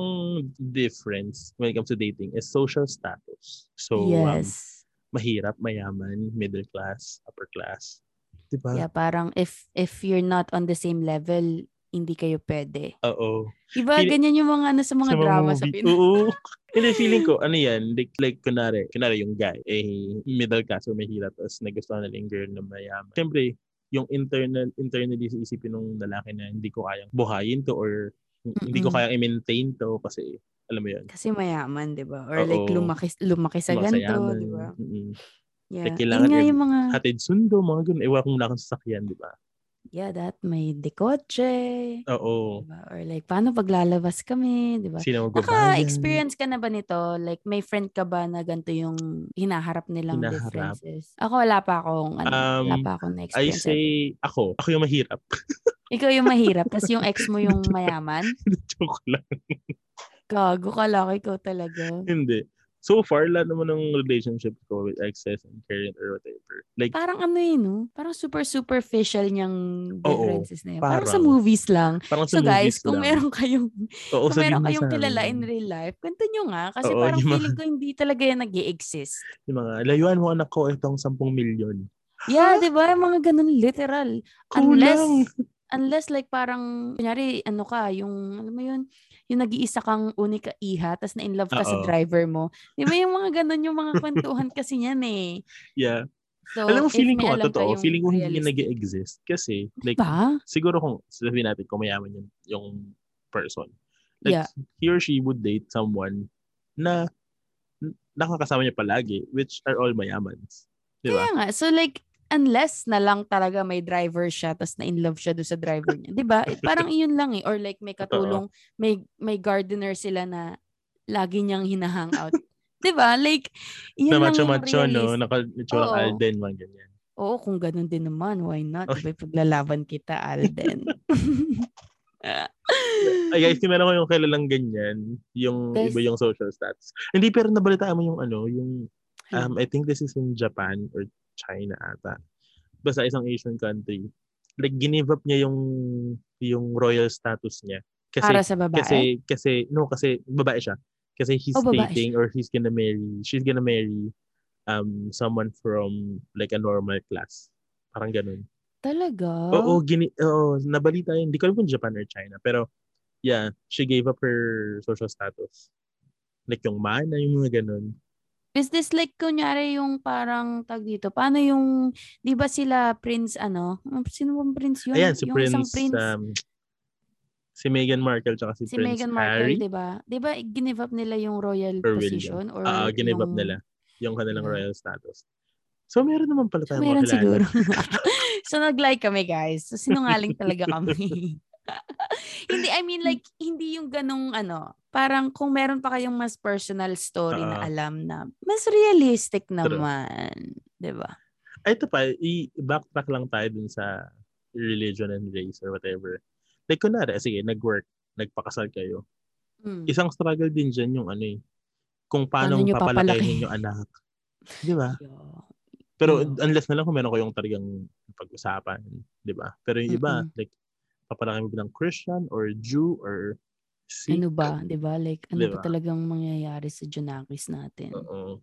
[SPEAKER 1] difference when it comes to dating is social status. So, um,
[SPEAKER 2] yes.
[SPEAKER 1] mahirap, mayaman, middle class, upper class. Diba?
[SPEAKER 2] Yeah, parang if if you're not on the same level, hindi kayo pwede.
[SPEAKER 1] Oo.
[SPEAKER 2] Diba,
[SPEAKER 1] Pili-
[SPEAKER 2] ganyan yung mga ano sa mga drama sa
[SPEAKER 1] movie.
[SPEAKER 2] Pinoy. <laughs>
[SPEAKER 1] Oo. Hindi, feeling ko, ano yan, like, like kunwari, kunwari yung guy, eh, middle class o mahirap, tapos nagustuhan nila yung girl na mayaman. Siyempre, yung internal, internally sa isipin ng lalaki na hindi ko kayang buhayin to or hindi ko
[SPEAKER 2] Mm-mm.
[SPEAKER 1] kayang i-maintain to kasi, alam mo yun,
[SPEAKER 2] Kasi mayaman, di ba? Or like
[SPEAKER 1] Oo.
[SPEAKER 2] lumaki, lumaki sa ganito, di ba?
[SPEAKER 1] Mm-mm.
[SPEAKER 2] Yeah.
[SPEAKER 1] kailangan
[SPEAKER 2] Yun nga
[SPEAKER 1] yung-
[SPEAKER 2] yung mga,
[SPEAKER 1] Hatid sundo, mga ganun. Ewa kung wala kang sasakyan, di ba?
[SPEAKER 2] yeah, that may dekotse.
[SPEAKER 1] Oo.
[SPEAKER 2] Diba? Or like, paano paglalabas kami, di ba?
[SPEAKER 1] Sino magbabayan?
[SPEAKER 2] Naka-experience ka na ba nito? Like, may friend ka ba na ganito yung hinaharap nilang
[SPEAKER 1] Hinaharap.
[SPEAKER 2] differences? Ako, wala pa akong, ano, wala
[SPEAKER 1] Um,
[SPEAKER 2] pa akong
[SPEAKER 1] I
[SPEAKER 2] na-experience.
[SPEAKER 1] say, ako. Ako yung mahirap. <laughs>
[SPEAKER 2] Ikaw yung mahirap, tapos yung ex mo yung mayaman.
[SPEAKER 1] Joke lang.
[SPEAKER 2] Gago ka ikaw talaga.
[SPEAKER 1] Hindi. So far, lahat naman ng relationship ko with exes and current or whatever. Like,
[SPEAKER 2] Parang ano yun, no? Parang super superficial niyang differences na yun. Parang, sa
[SPEAKER 1] parang.
[SPEAKER 2] movies lang.
[SPEAKER 1] parang
[SPEAKER 2] So
[SPEAKER 1] sa movies
[SPEAKER 2] guys, kung
[SPEAKER 1] lang.
[SPEAKER 2] meron kayong,
[SPEAKER 1] Oo,
[SPEAKER 2] kung
[SPEAKER 1] sabihin
[SPEAKER 2] meron
[SPEAKER 1] mo
[SPEAKER 2] kayong
[SPEAKER 1] sa
[SPEAKER 2] kilala
[SPEAKER 1] amin.
[SPEAKER 2] in real life, kwento nyo nga. Kasi
[SPEAKER 1] Oo,
[SPEAKER 2] parang
[SPEAKER 1] yung mga-
[SPEAKER 2] feeling ko hindi talaga yan nag exist
[SPEAKER 1] Yung mga, layuan mo anak ko, itong 10 million.
[SPEAKER 2] Yeah, di ba? Yung Mga ganun, literal. Unless,
[SPEAKER 1] Kulang.
[SPEAKER 2] unless like parang, kunyari, ano ka, yung, alam mo yun, yung nag-iisa kang unika iha, tas na in love ka sa
[SPEAKER 1] Oo.
[SPEAKER 2] driver mo. Di ba yung mga ganun yung
[SPEAKER 1] <laughs>
[SPEAKER 2] mga kwentuhan kasi niyan eh.
[SPEAKER 1] Yeah.
[SPEAKER 2] So,
[SPEAKER 1] Alam mo,
[SPEAKER 2] if
[SPEAKER 1] feeling
[SPEAKER 2] may
[SPEAKER 1] ko, ah,
[SPEAKER 2] alam
[SPEAKER 1] totoo,
[SPEAKER 2] kayong
[SPEAKER 1] feeling ko hindi nag
[SPEAKER 2] realistic-
[SPEAKER 1] exist Kasi, like,
[SPEAKER 2] Ba?
[SPEAKER 1] siguro kung, sabihin natin, kung mayaman yung, yung person. Like,
[SPEAKER 2] Yeah.
[SPEAKER 1] he or she would date someone na n- nakakasama niya palagi, which are all mayamans. Di ba?
[SPEAKER 2] Kaya nga. So like, unless na lang talaga may driver siya tapos na-in love siya doon sa driver niya. 'Di ba?
[SPEAKER 1] <laughs>
[SPEAKER 2] Parang iyon lang eh. Or like may katulong, may, may gardener sila na lagi niyang hinahangout. 'Di ba? Like, iyon
[SPEAKER 1] Na
[SPEAKER 2] lang yung
[SPEAKER 1] macho-macho, no?
[SPEAKER 2] realis-
[SPEAKER 1] Naka-mature
[SPEAKER 2] Oo.
[SPEAKER 1] Alden, mga ganyan.
[SPEAKER 2] Oo, kung ganun din naman, why
[SPEAKER 1] <laughs>
[SPEAKER 2] not? 'Di ba? Paglalaban kita, Alden.
[SPEAKER 1] Ay, guys, meron ko yung kilalang ganyan, yung
[SPEAKER 2] Guys.
[SPEAKER 1] iba yung social stats. Hindi, pero nabalitaan mo yung ano, yung, um, I think this is in Japan or China ata. Basta isang Asian country. Like, ginive up niya yung, yung royal status niya <laughs> Kasi,
[SPEAKER 2] Para sa babae?
[SPEAKER 1] Kasi, kasi, no, kasi babae siya. Kasi he's
[SPEAKER 2] Oh, babae
[SPEAKER 1] dating or he's gonna marry, she's gonna marry um someone from like a normal class. Parang ganun.
[SPEAKER 2] Talaga?
[SPEAKER 1] Oo, gini, oo, nabalita yun. Hindi ko alam kung Japan or China. Pero, yeah, she gave up her social status. Like yung mana, yung mga ganun.
[SPEAKER 2] Is this like, kunyari yung parang tag dito, paano yung, di ba sila Prince, ano? Ah, Sino bang Prince yun?
[SPEAKER 1] Ayan, si
[SPEAKER 2] yung
[SPEAKER 1] Prince,
[SPEAKER 2] isang Prince,
[SPEAKER 1] um, si Meghan Markle tsaka si,
[SPEAKER 2] si
[SPEAKER 1] Prince
[SPEAKER 2] Meghan
[SPEAKER 1] Harry.
[SPEAKER 2] Markle, di ba? Di ba, ginive up nila yung royal
[SPEAKER 1] Or William.
[SPEAKER 2] position? Or
[SPEAKER 1] Ah, ginive up
[SPEAKER 2] yung-
[SPEAKER 1] nila yung kanilang
[SPEAKER 2] Mm.
[SPEAKER 1] royal status. So, meron naman pala tayong
[SPEAKER 2] Meron
[SPEAKER 1] kakilala.
[SPEAKER 2] siguro. <laughs> so, nag-like kami, guys. So,
[SPEAKER 1] <laughs>
[SPEAKER 2] sinungaling talaga kami. <laughs> hindi, I mean, like, hindi yung ganong, ano, parang kung meron pa kayong mas personal story na
[SPEAKER 1] Oo.
[SPEAKER 2] alam na, mas realistic naman. 'Di ba?
[SPEAKER 1] Ay, ito pa, i-backtrack lang tayo dun sa religion and race or whatever. Like, kunwari, sige, nag-work, nagpakasal kayo.
[SPEAKER 2] Mm.
[SPEAKER 1] Isang struggle din dyan yung ano eh, kung paano,
[SPEAKER 2] Paano
[SPEAKER 1] paano
[SPEAKER 2] nyo
[SPEAKER 1] papalaki
[SPEAKER 2] papalaki?
[SPEAKER 1] ninyo anak. Di ba?
[SPEAKER 2] Yo.
[SPEAKER 1] Pero
[SPEAKER 2] Mm.
[SPEAKER 1] unless na lang kung meron kayong talagang pag-usapan, di ba? Pero yung iba, like, papalaki mo ba ng Christian or Jew or Sikh?
[SPEAKER 2] Ano ba? 'Di ba? Like, ano
[SPEAKER 1] Di
[SPEAKER 2] ba
[SPEAKER 1] ba?
[SPEAKER 2] talagang mangyayari sa Junakis natin?
[SPEAKER 1] Oo.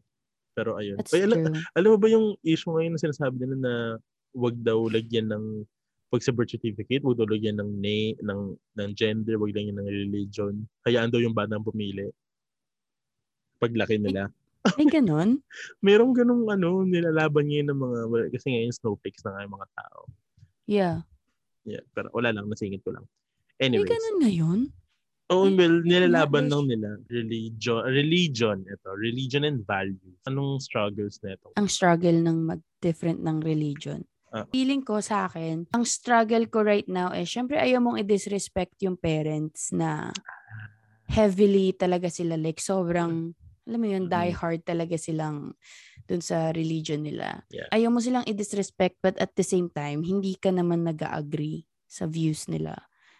[SPEAKER 1] Pero ayun.
[SPEAKER 2] That's
[SPEAKER 1] Ay, ala- <laughs>
[SPEAKER 2] true.
[SPEAKER 1] alam mo ba yung issue ngayon na sinasabi nila na wag daw lagyan ng pag sa birth certificate, wag daw lagyan ng name, ng, ng gender, wag lagyan ng religion. Hayaan daw yung batang pumili. Paglaki nila.
[SPEAKER 2] Ay, ganun?
[SPEAKER 1] Merong ganung ano, nilalaban ngayon ng mga, well, kasi ngayon snowflakes na nga yung mga tao.
[SPEAKER 2] Yeah.
[SPEAKER 1] Yeah, pero wala lang, nasingit ko lang.
[SPEAKER 2] Ay,
[SPEAKER 1] Anyways.
[SPEAKER 2] ganun ngayon?
[SPEAKER 1] Oh,
[SPEAKER 2] Ay,
[SPEAKER 1] well, nilalaban
[SPEAKER 2] gosh.
[SPEAKER 1] lang nila religion, religion ito, religion and values. Anong struggles na ito?
[SPEAKER 2] ang struggle ng mag-different ng religion.
[SPEAKER 1] Ah.
[SPEAKER 2] Feeling ko sa akin, ang struggle ko right now is, syempre ayaw mong i-disrespect yung parents na heavily talaga sila. Like, sobrang, alam mo yun,
[SPEAKER 1] Mm.
[SPEAKER 2] die hard talaga silang dun sa religion nila.
[SPEAKER 1] Yeah.
[SPEAKER 2] Ayaw mo silang i-disrespect but at the same time, hindi ka naman nag agree sa views nila.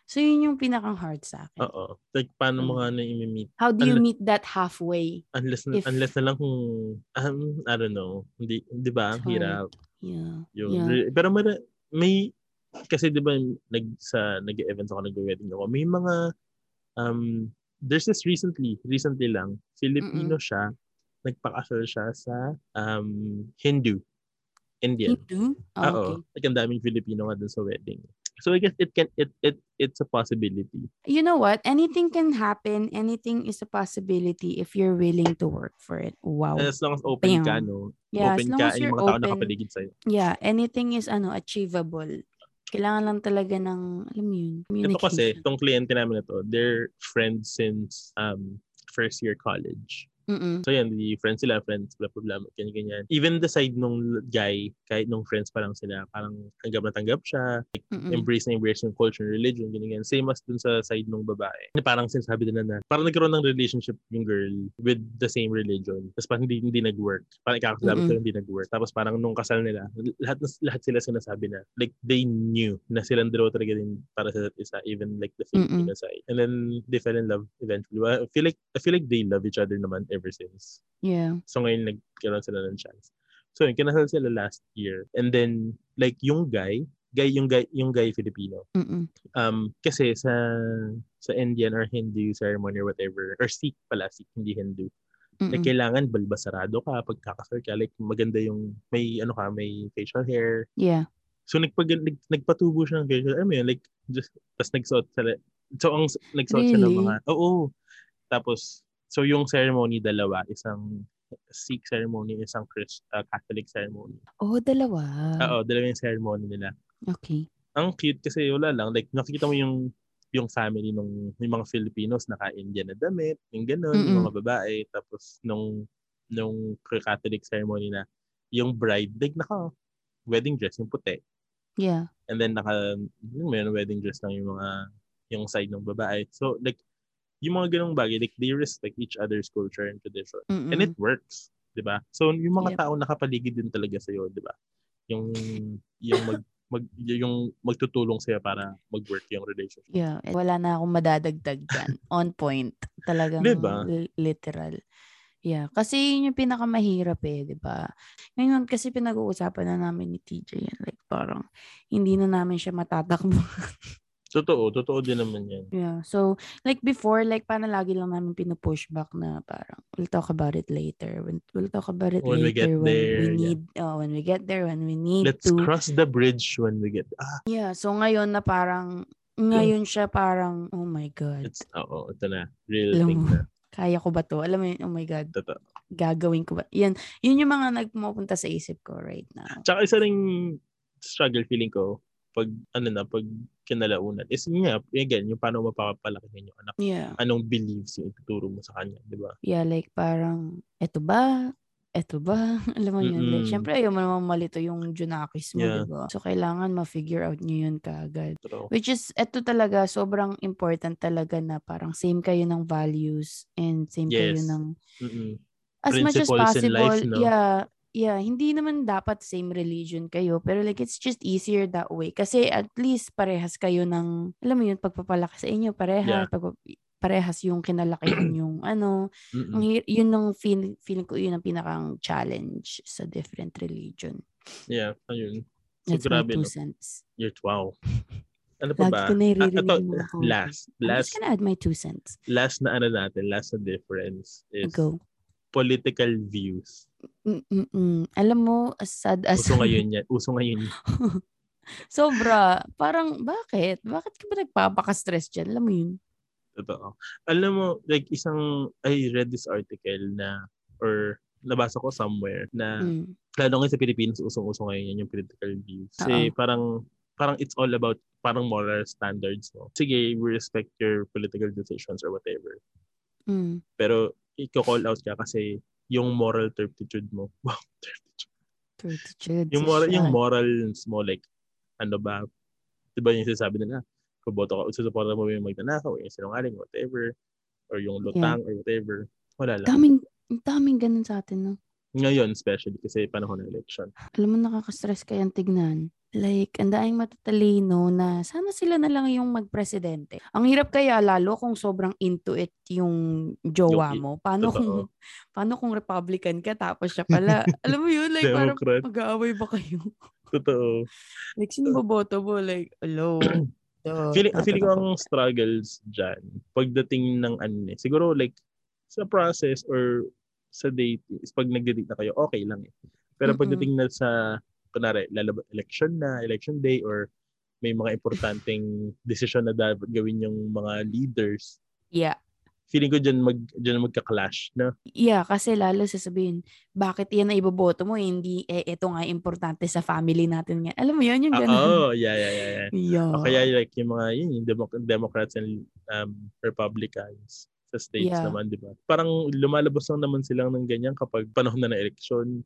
[SPEAKER 2] So, yun yung pinakang hard sa akin.
[SPEAKER 1] Oo. Like, paano
[SPEAKER 2] Ano?
[SPEAKER 1] mo nga na imi-meet?
[SPEAKER 2] How do you
[SPEAKER 1] Oh, Ano-
[SPEAKER 2] meet that halfway?
[SPEAKER 1] Unless na,
[SPEAKER 2] If-
[SPEAKER 1] unless na lang kung, um, I don't know, hindi, di ba? Ang
[SPEAKER 2] It's hard.
[SPEAKER 1] hirap.
[SPEAKER 2] Yeah.
[SPEAKER 1] Yun.
[SPEAKER 2] Yeah.
[SPEAKER 1] Re- Pero may, may, kasi di ba, nag, sa, nag-events ako, nag-wedding ako, may mga, um, there's this recently, recently lang, Filipino siya, nagpakasal siya sa um, Hindu. Indian.
[SPEAKER 2] Hindu? Ah,
[SPEAKER 1] Oo.
[SPEAKER 2] okay.
[SPEAKER 1] Like, ang daming Filipino nga dun sa wedding. So, I guess it can, it, it, it's a possibility.
[SPEAKER 2] you know what? Anything can happen. Anything is a possibility if you're willing to work for it. Wow.
[SPEAKER 1] As long as open ka,
[SPEAKER 2] Damn.
[SPEAKER 1] no?
[SPEAKER 2] yeah, as
[SPEAKER 1] open
[SPEAKER 2] long
[SPEAKER 1] ka
[SPEAKER 2] as
[SPEAKER 1] and
[SPEAKER 2] you're
[SPEAKER 1] yung mga tao
[SPEAKER 2] open.
[SPEAKER 1] nakapaligid sa'yo.
[SPEAKER 2] yeah, anything is ano achievable. Kailangan lang talaga ng, alam mo yun,
[SPEAKER 1] Ito kasi,
[SPEAKER 2] communication.
[SPEAKER 1] itong kliyente namin na to, they're friends since um, first year college.
[SPEAKER 2] Mm-mm.
[SPEAKER 1] So yan, di friends sila, friends, blah, blah, blah, ganyan, ganyan. Even the side nung guy, kahit nung friends pa lang sila, parang tanggap na tanggap siya,
[SPEAKER 2] Mm-mm.
[SPEAKER 1] embrace na embrace yung culture and religion, ganyan, ganyan. Same as dun sa side ng babae. Na Parang sinasabi din na, na parang nagkaroon ng relationship yung girl with the same religion. Tapos parang hindi, hindi nag-work. Parang ikakasalabi
[SPEAKER 2] Mm-mm.
[SPEAKER 1] mm hindi nag-work. Tapos parang nung kasal nila, lahat, lahat sila sinasabi na, like they knew na silang dalawa talaga din para sa isa't isa, even like the Filipino side. And then they fell in love eventually. Well, I feel like, I feel like they love each other naman ever since.
[SPEAKER 2] Yeah.
[SPEAKER 1] So ngayon nagkaroon sila ng chance. So yun, kinasal sila last year. And then like yung guy, guy yung guy yung guy Filipino.
[SPEAKER 2] Mm-mm.
[SPEAKER 1] Um kasi sa sa Indian or Hindu ceremony or whatever or Sikh pala, Sikh hindi Hindu. Like
[SPEAKER 2] Mm-mm.
[SPEAKER 1] kailangan balbasarado ka pagkakasal ka like maganda yung may ano ka, may facial hair.
[SPEAKER 2] Yeah.
[SPEAKER 1] So nagpag nag, nagpatubo siya ng facial. Alam mo yun, like just tapos nagsuot sila. So ang nagsuot siya ng
[SPEAKER 2] Really?
[SPEAKER 1] mga oo. Tapos so yung ceremony dalawa, isang Sikh ceremony, isang Christ, uh, Catholic ceremony.
[SPEAKER 2] Oh, dalawa.
[SPEAKER 1] Oo, dalawa yung ceremony nila.
[SPEAKER 2] Okay.
[SPEAKER 1] Ang cute kasi wala lang like nakikita mo yung yung family nung yung mga Filipinos naka-Indian na damit, yung ganun, yung
[SPEAKER 2] Mm-mm.
[SPEAKER 1] mga babae tapos nung nung Catholic ceremony na yung bride like naka wedding dress yung puti.
[SPEAKER 2] Yeah.
[SPEAKER 1] And then naka yung may wedding dress lang yung mga yung side ng babae. So like yung mga ganung bagay like they respect each other's culture and tradition.
[SPEAKER 2] Mm-mm.
[SPEAKER 1] And it works, 'di ba? So yung mga
[SPEAKER 2] Yep.
[SPEAKER 1] tao nakapaligid din talaga sa 'di ba? Yung yung mag, mag yung magtutulong sa'yo para mag-work yung relationship.
[SPEAKER 2] Yeah. Eh, Wala na akong madadagdag
[SPEAKER 1] <laughs>
[SPEAKER 2] dyan. On point. Talagang
[SPEAKER 1] Diba?
[SPEAKER 2] li- literal. Yeah. Kasi yun yung pinakamahirap eh, di ba? Ngayon kasi pinag-uusapan na namin ni TJ yan. Like parang hindi na namin siya matatakbo. <laughs>
[SPEAKER 1] Totoo, totoo din naman yan.
[SPEAKER 2] Yeah. So, like before, like parang lagi lang namin pinupush back na parang we'll talk about it later. When, we'll talk about it
[SPEAKER 1] When we get
[SPEAKER 2] later when
[SPEAKER 1] there,
[SPEAKER 2] we
[SPEAKER 1] yeah.
[SPEAKER 2] need, oh, when we get there, when we need
[SPEAKER 1] Let's
[SPEAKER 2] to.
[SPEAKER 1] cross the bridge when we get... Ah,
[SPEAKER 2] Yeah. So, ngayon na parang, ngayon siya parang, oh my God,
[SPEAKER 1] it's... Oo, ito na. Real
[SPEAKER 2] Alam
[SPEAKER 1] thing
[SPEAKER 2] mo.
[SPEAKER 1] na.
[SPEAKER 2] kaya ko ba to? Alam mo yun, oh my God,
[SPEAKER 1] Totoo.
[SPEAKER 2] gagawin ko ba? Yan, yun yung mga nagpupunta sa isip ko right now.
[SPEAKER 1] Tsaka isa ring struggle feeling ko pag ano na, pag kinalaunan. Is yun nga, again, yung paano mapapalaki niyo yung anak.
[SPEAKER 2] Yeah.
[SPEAKER 1] Anong beliefs yung ituturo mo sa kanya, di ba?
[SPEAKER 2] Yeah, like parang, eto ba? Eto ba? <laughs> Alam mo yun, like,
[SPEAKER 1] Mm-mm.
[SPEAKER 2] syempre ayaw mo naman malito yung Junakis mo,
[SPEAKER 1] Yeah.
[SPEAKER 2] diba? So, kailangan ma-figure out nyo yun kaagad.
[SPEAKER 1] Totoo.
[SPEAKER 2] Which is, eto talaga, sobrang important talaga na parang same kayo ng values and same kayo
[SPEAKER 1] Yes.
[SPEAKER 2] ng,
[SPEAKER 1] Mm-mm.
[SPEAKER 2] as much as
[SPEAKER 1] Principles in
[SPEAKER 2] possible,
[SPEAKER 1] life, no?
[SPEAKER 2] yeah, yeah, hindi naman dapat same religion kayo, pero like, it's just easier that way. Kasi at least parehas kayo ng, alam mo yun, pagpapalaki sa inyo, parehas, pag, parehas yung
[SPEAKER 1] <clears throat>
[SPEAKER 2] kinalakihan yung ano, ang
[SPEAKER 1] Mm-mm.
[SPEAKER 2] hir- yun ang feel, feeling ko yun ang pinakang challenge sa different religion.
[SPEAKER 1] Yeah, ayun. So,
[SPEAKER 2] That's my
[SPEAKER 1] grabe,
[SPEAKER 2] two
[SPEAKER 1] no?
[SPEAKER 2] cents.
[SPEAKER 1] You're
[SPEAKER 2] <laughs>
[SPEAKER 1] wow. Ano pa
[SPEAKER 2] Lagi
[SPEAKER 1] ba?
[SPEAKER 2] ko
[SPEAKER 1] Ah,
[SPEAKER 2] naririnig
[SPEAKER 1] ito,
[SPEAKER 2] yung mga quote.
[SPEAKER 1] last,
[SPEAKER 2] I'm just
[SPEAKER 1] last,
[SPEAKER 2] gonna add my two cents.
[SPEAKER 1] last na ano natin, last na difference is
[SPEAKER 2] Go.
[SPEAKER 1] political views.
[SPEAKER 2] Mm-mm. Alam mo, as sad as...
[SPEAKER 1] Uso ngayon yan. Uso ngayon
[SPEAKER 2] <gasps>
[SPEAKER 1] yan.
[SPEAKER 2] Sobra. Parang, bakit? Bakit ka ba nagpapaka-stress dyan? Alam mo yun?
[SPEAKER 1] Totoo. Alam mo, like isang, I read this article na, or nabasa ko somewhere na,
[SPEAKER 2] Mm.
[SPEAKER 1] lalo ngayon sa Pilipinas, usong-uso ngayon yan yung political views. Kasi parang, parang it's all about parang moral standards mo. Sige, we respect your political decisions or whatever.
[SPEAKER 2] Mm.
[SPEAKER 1] Pero, i-call out ka kasi yung moral turpitude mo. <laughs> Wow, turpitude.
[SPEAKER 2] Turtitude.
[SPEAKER 1] Yung moral, yung morals mo, like, ano ba, di ba yung sinasabi nila, kuboto ka, susuporta mo yung magnanakaw, yung sinungaling, whatever, or yung lutang, or whatever. Wala lang.
[SPEAKER 2] Daming, ang daming ganun sa atin, no?
[SPEAKER 1] Ngayon, especially, kasi panahon ng election.
[SPEAKER 2] alam mo, nakaka-stress kayang tignan. Like, ang daing matatalino na sana sila na lang yung magpresidente. Ang hirap kaya lalo kung sobrang into it yung jowa
[SPEAKER 1] Yung-
[SPEAKER 2] mo. Paano kung,
[SPEAKER 1] totoo.
[SPEAKER 2] paano kung Republican ka tapos siya
[SPEAKER 1] <laughs>
[SPEAKER 2] pala, alam mo yun, like parang
[SPEAKER 1] Democrat.
[SPEAKER 2] mag-aaway ba kayo?
[SPEAKER 1] Totoo.
[SPEAKER 2] Like, sino ba boto mo? Like,
[SPEAKER 1] <clears throat>
[SPEAKER 2] hello. Duh,
[SPEAKER 1] feeling,
[SPEAKER 2] tatanong
[SPEAKER 1] feeling ko
[SPEAKER 2] ko.
[SPEAKER 1] ang struggles dyan, pagdating ng ano, eh, siguro like, sa process or sa date, is pag nag-date na kayo, okay lang eh. Pero
[SPEAKER 2] Mm-mm.
[SPEAKER 1] pagdating na sa, kunwari, lalaba, election na, election day, or may mga importanteng desisyon na dapat gawin yung mga leaders,
[SPEAKER 2] Yeah.
[SPEAKER 1] feeling ko dyan, mag, dyan magka-clash na.
[SPEAKER 2] Yeah, kasi lalo sasabihin, bakit yan na iboboto mo? Eh, Hindi, eh, ito nga importante sa family natin. nga. Alam mo yun, yung
[SPEAKER 1] Ah,
[SPEAKER 2] ganun.
[SPEAKER 1] Oo, yeah, yeah, yeah. yeah.
[SPEAKER 2] Yeah.
[SPEAKER 1] O kaya like yung mga yun, yung Demo- Democrats and um, Republicans sa states
[SPEAKER 2] Yeah.
[SPEAKER 1] naman, di ba? Parang lumalabas lang naman silang ng ganyan kapag panahon na ng election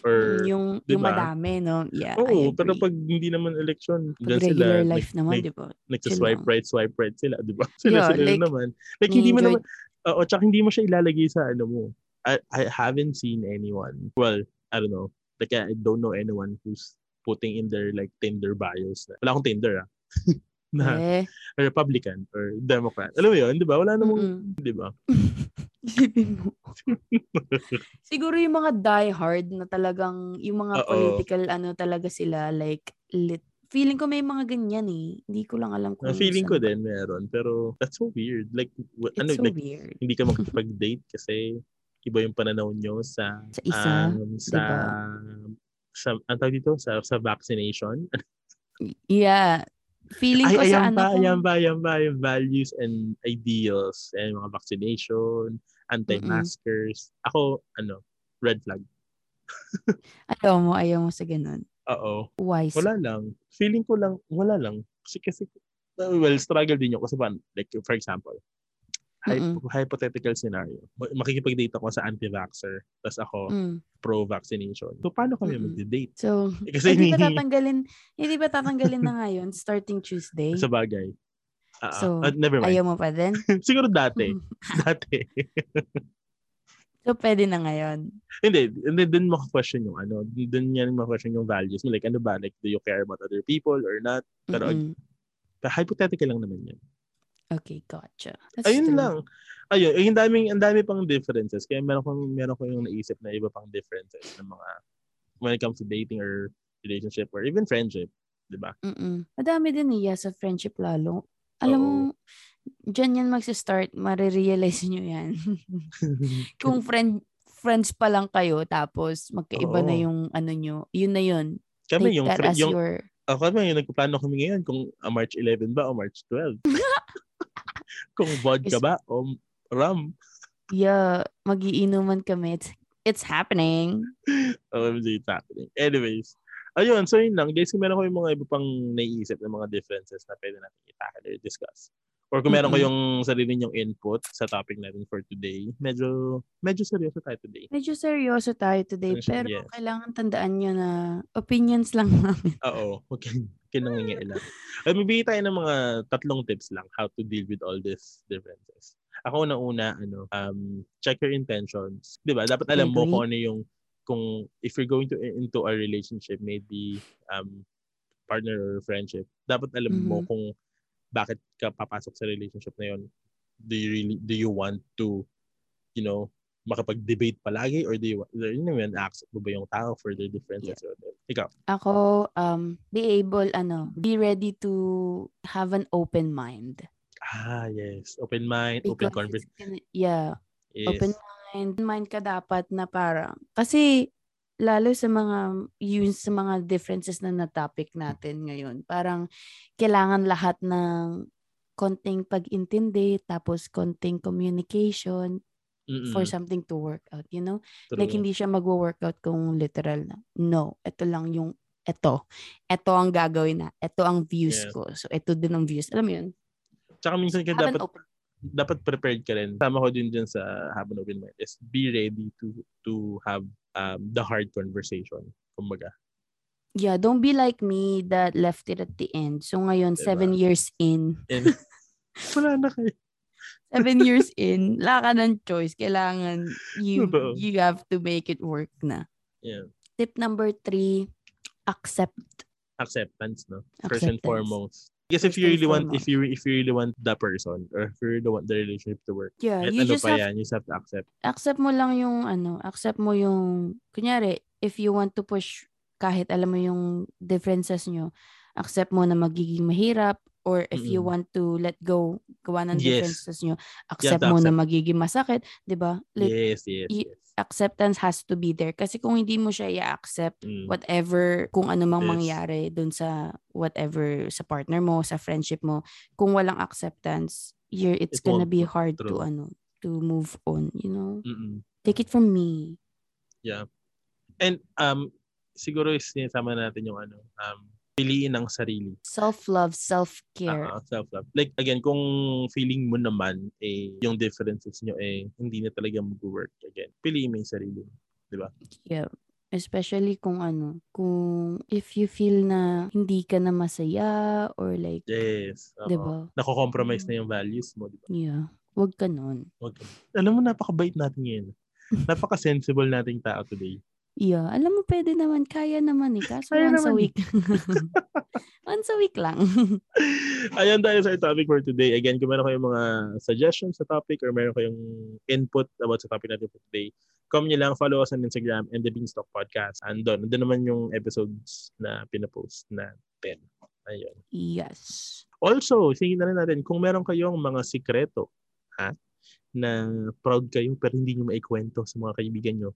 [SPEAKER 1] or
[SPEAKER 2] Mm, yung
[SPEAKER 1] di
[SPEAKER 2] yung
[SPEAKER 1] ba?
[SPEAKER 2] madami no yeah I
[SPEAKER 1] Oo,
[SPEAKER 2] agree.
[SPEAKER 1] pero pag hindi naman election,
[SPEAKER 2] Pag
[SPEAKER 1] dyan sila
[SPEAKER 2] regular life naman
[SPEAKER 1] nag-
[SPEAKER 2] di ba
[SPEAKER 1] nagsiswipe
[SPEAKER 2] lang.
[SPEAKER 1] right, swipe right sila, di ba? <laughs> Sila
[SPEAKER 2] Yeah,
[SPEAKER 1] sila
[SPEAKER 2] like,
[SPEAKER 1] naman. Like hindi mo
[SPEAKER 2] Ni-enjoy-
[SPEAKER 1] naman, oo, tsaka hindi mo siya ilalagay sa ano mo. I, I haven't seen anyone, well, I don't know, like I don't know anyone who's putting in their like Tinder bios. Na, wala akong Tinder ah. <laughs> na,
[SPEAKER 2] eh
[SPEAKER 1] Republican or Democrat. Alam Ano mo yun, di ba? Wala namang,
[SPEAKER 2] mm-mm.
[SPEAKER 1] di ba?
[SPEAKER 2] Isipin mo <laughs> siguro yung mga die hard na talagang yung mga
[SPEAKER 1] Oo.
[SPEAKER 2] political ano talaga sila like lit feeling ko may mga ganyan eh hindi ko lang alam kung
[SPEAKER 1] Ang feeling ko din
[SPEAKER 2] saan-
[SPEAKER 1] meron, pero that's so weird. Like, w-
[SPEAKER 2] it's
[SPEAKER 1] ano,
[SPEAKER 2] so
[SPEAKER 1] like,
[SPEAKER 2] weird
[SPEAKER 1] hindi
[SPEAKER 2] <laughs>
[SPEAKER 1] ka makipag-date kasi iba yung pananaw nyo sa,
[SPEAKER 2] sa isa
[SPEAKER 1] um, sa, sa, ang tawag dito? Sa, sa vaccination?
[SPEAKER 2] yeah feeling ko
[SPEAKER 1] Ay, ayan
[SPEAKER 2] sa ano
[SPEAKER 1] ba,
[SPEAKER 2] kung-
[SPEAKER 1] ayan ba, ayan ba, yung values and ideals and mga vaccination, anti-maskers. Ako, ano, red flag.
[SPEAKER 2] ayaw mo ayaw mo sa ganun
[SPEAKER 1] Oo.
[SPEAKER 2] wise
[SPEAKER 1] Wala lang. Feeling ko lang, wala lang. Kasi, kasi well, struggle din yun. Kasi, paano- like, for example, hy-
[SPEAKER 2] Mm-mm.
[SPEAKER 1] hypothetical scenario. Ma- Makikipag-date ako sa anti-vaxxer, tapos ako
[SPEAKER 2] Mm.
[SPEAKER 1] pro-vaccination. So, paano kami
[SPEAKER 2] Mm-mm.
[SPEAKER 1] mag-date?
[SPEAKER 2] so
[SPEAKER 1] Eh, <laughs> kasi,
[SPEAKER 2] hindi ba tatanggalin hindi ba tatanggalin na ngayon starting Tuesday
[SPEAKER 1] sa bagay. Ah, ah.
[SPEAKER 2] So,
[SPEAKER 1] Ah, never mind.
[SPEAKER 2] Ayaw mo pa din?
[SPEAKER 1] <laughs> Siguro dati. dati.
[SPEAKER 2] So, pwede na ngayon.
[SPEAKER 1] Hindi, and then, then maka-question yung ano, dun yan maka-question yung values mo. Like, ano ba? Like, do you care about other people or not? Pero,
[SPEAKER 2] Mm-mm.
[SPEAKER 1] Pero hypothetical lang naman yan.
[SPEAKER 2] Okay, gotcha. That's
[SPEAKER 1] Ayun
[SPEAKER 2] true.
[SPEAKER 1] lang. Ayun, eh, yung daming ang dami pang differences. Kaya meron ko meron ko yung naisip na iba pang differences ng mga when it comes to dating or relationship or even friendship. di ba?
[SPEAKER 2] Mm-mm. Madami din niya sa friendship lalo. Alam
[SPEAKER 1] Oo.
[SPEAKER 2] mo, dyan yan magsistart, marirealize nyo yan.
[SPEAKER 1] <laughs>
[SPEAKER 2] Kung friend, friends pa lang kayo, tapos magkaiba na
[SPEAKER 1] Oo.
[SPEAKER 2] yung ano nyo, yun na yun.
[SPEAKER 1] kami
[SPEAKER 2] Take
[SPEAKER 1] yung,
[SPEAKER 2] that
[SPEAKER 1] fri-
[SPEAKER 2] as
[SPEAKER 1] yung
[SPEAKER 2] your...
[SPEAKER 1] ako naman yung nagplano kami ngayon kung ah, March 11 ba o March
[SPEAKER 2] <laughs>
[SPEAKER 1] 12. kung vodka
[SPEAKER 2] Is-
[SPEAKER 1] ba o rum.
[SPEAKER 2] Yeah, magiinuman kami. It's, it's happening.
[SPEAKER 1] OMG, it's happening. Anyways, ayun, so yun lang. Guys, kung meron ko yung mga iba pang naiisip ng mga differences na pwede natin i-tackle or discuss. Or kung meron ko
[SPEAKER 2] Mm-mm.
[SPEAKER 1] yung sarili niyong input sa topic natin for today, medyo medyo seryoso tayo today.
[SPEAKER 2] Medyo seryoso tayo
[SPEAKER 1] Ano
[SPEAKER 2] today,
[SPEAKER 1] siya,
[SPEAKER 2] pero
[SPEAKER 1] yes.
[SPEAKER 2] kailangan tandaan nyo na opinions lang namin.
[SPEAKER 1] Oo, huwag kang kinangingailan. Ay, mabigay tayo ng mga tatlong tips lang how to deal with all these differences. Ako na una, ano, um, check your intentions. Di ba? Dapat alam mo
[SPEAKER 2] Agree.
[SPEAKER 1] kung ano yung, kung if you're going to into a relationship, maybe um, partner or friendship, dapat alam mo
[SPEAKER 2] Mhm.
[SPEAKER 1] kung bakit ka papasok sa relationship na yon. Do you really, do you want to, you know, makapag-debate palagi or do you, want- yun na yun, accept mo ba yung tao for their differences or whatever. Ikaw,
[SPEAKER 2] <laughs> Ako, um, be able, ano, be ready to have an open mind.
[SPEAKER 1] Ah, yes. Open mind, open
[SPEAKER 2] Because
[SPEAKER 1] conversation.
[SPEAKER 2] it's gonna- Yeah,
[SPEAKER 1] Yes.
[SPEAKER 2] open mind mind ka dapat na parang kasi lalo sa mga yun sa mga differences na na topic natin ngayon parang kailangan lahat ng konting pag-intindi tapos konting communication
[SPEAKER 1] Mm-mm,
[SPEAKER 2] for something to work out you know
[SPEAKER 1] Mm. true.
[SPEAKER 2] like hindi siya magwo-workout kung literal na no ito lang yung eto eto ang gagawin na eto ang views
[SPEAKER 1] Yes.
[SPEAKER 2] ko so eto din ang views alam mo yun
[SPEAKER 1] Tsaka minsan ka
[SPEAKER 2] have an
[SPEAKER 1] dapat
[SPEAKER 2] open
[SPEAKER 1] dapat prepared ka rin. Tama ko din dyan sa habang open mind is be ready to to have um, the hard conversation. Kumbaga.
[SPEAKER 2] yeah don't be like me that left it at the end so ngayon
[SPEAKER 1] Diba?
[SPEAKER 2] seven years in <laughs>
[SPEAKER 1] And wala na kayo. <laughs>
[SPEAKER 2] seven years in, wala ka ng choice. Kailangan you
[SPEAKER 1] Totoo.
[SPEAKER 2] you have to make it work na.
[SPEAKER 1] Yeah.
[SPEAKER 2] Tip number three, accept.
[SPEAKER 1] Acceptance, no? First and
[SPEAKER 2] Acceptance.
[SPEAKER 1] foremost. Because if
[SPEAKER 2] First
[SPEAKER 1] you
[SPEAKER 2] and
[SPEAKER 1] really want
[SPEAKER 2] foremost.
[SPEAKER 1] if you if you really want the person or if you really want the relationship to work,
[SPEAKER 2] Yeah,
[SPEAKER 1] kahit
[SPEAKER 2] you
[SPEAKER 1] ano
[SPEAKER 2] just
[SPEAKER 1] pa
[SPEAKER 2] have,
[SPEAKER 1] yan, you just have to accept.
[SPEAKER 2] accept mo lang yung ano, accept mo yung, kunyari, if you want to push kahit alam mo yung differences nyo, accept mo na magiging mahirap or if you
[SPEAKER 1] Mm-mm.
[SPEAKER 2] want to let go gawa ng
[SPEAKER 1] Yes.
[SPEAKER 2] differences nyo,
[SPEAKER 1] You have
[SPEAKER 2] accept
[SPEAKER 1] to
[SPEAKER 2] mo na
[SPEAKER 1] accept.
[SPEAKER 2] magiging masakit, 'di ba? Like,
[SPEAKER 1] Yes, yes,
[SPEAKER 2] y-
[SPEAKER 1] yes.
[SPEAKER 2] acceptance has to be there kasi kung hindi mo siya i-accept,
[SPEAKER 1] Mm.
[SPEAKER 2] whatever kung ano mang
[SPEAKER 1] Yes.
[SPEAKER 2] mangyari dun sa whatever sa partner mo sa friendship mo kung walang acceptance you're it's
[SPEAKER 1] It
[SPEAKER 2] gonna
[SPEAKER 1] won't
[SPEAKER 2] be
[SPEAKER 1] work.
[SPEAKER 2] hard to
[SPEAKER 1] True.
[SPEAKER 2] ano to move on you know
[SPEAKER 1] Mm-mm.
[SPEAKER 2] take it from me
[SPEAKER 1] And um siguro is sinasama natin yung ano, um piliin ang sarili.
[SPEAKER 2] self love self care
[SPEAKER 1] Ah, self love. Like again, kung feeling mo naman eh yung differences nyo eh hindi na talaga mag-work again. Piliin mo yung sarili. mo.
[SPEAKER 2] yeah especially kung ano kung if you feel na hindi ka na masaya or like
[SPEAKER 1] Yes. Oo.
[SPEAKER 2] 'di ba
[SPEAKER 1] Nako-compromise na yung values mo, diba? di ba?
[SPEAKER 2] yeah wag ka nun.
[SPEAKER 1] Okay. Alam mo napakabait natin ngayon. Napaka-sensible nating tao today.
[SPEAKER 2] Yeah, alam mo pwede naman, kaya naman eh. Kaso
[SPEAKER 1] Kaya
[SPEAKER 2] once a
[SPEAKER 1] naman eh.
[SPEAKER 2] week. <laughs> once a week lang.
[SPEAKER 1] Ayan tayo sa topic for today. Again, kung meron kayong mga suggestions sa topic or meron kayong input about sa topic natin for today, come nyo lang, follow us on Instagram and the Beanstalk Podcast. Andon, andun naman yung episodes na pinapost na pen. Ayun.
[SPEAKER 2] yes.
[SPEAKER 1] Also, singin na rin natin, kung meron kayong mga sikreto, ha? na proud kayo pero hindi nyo maikwento sa mga kaibigan nyo,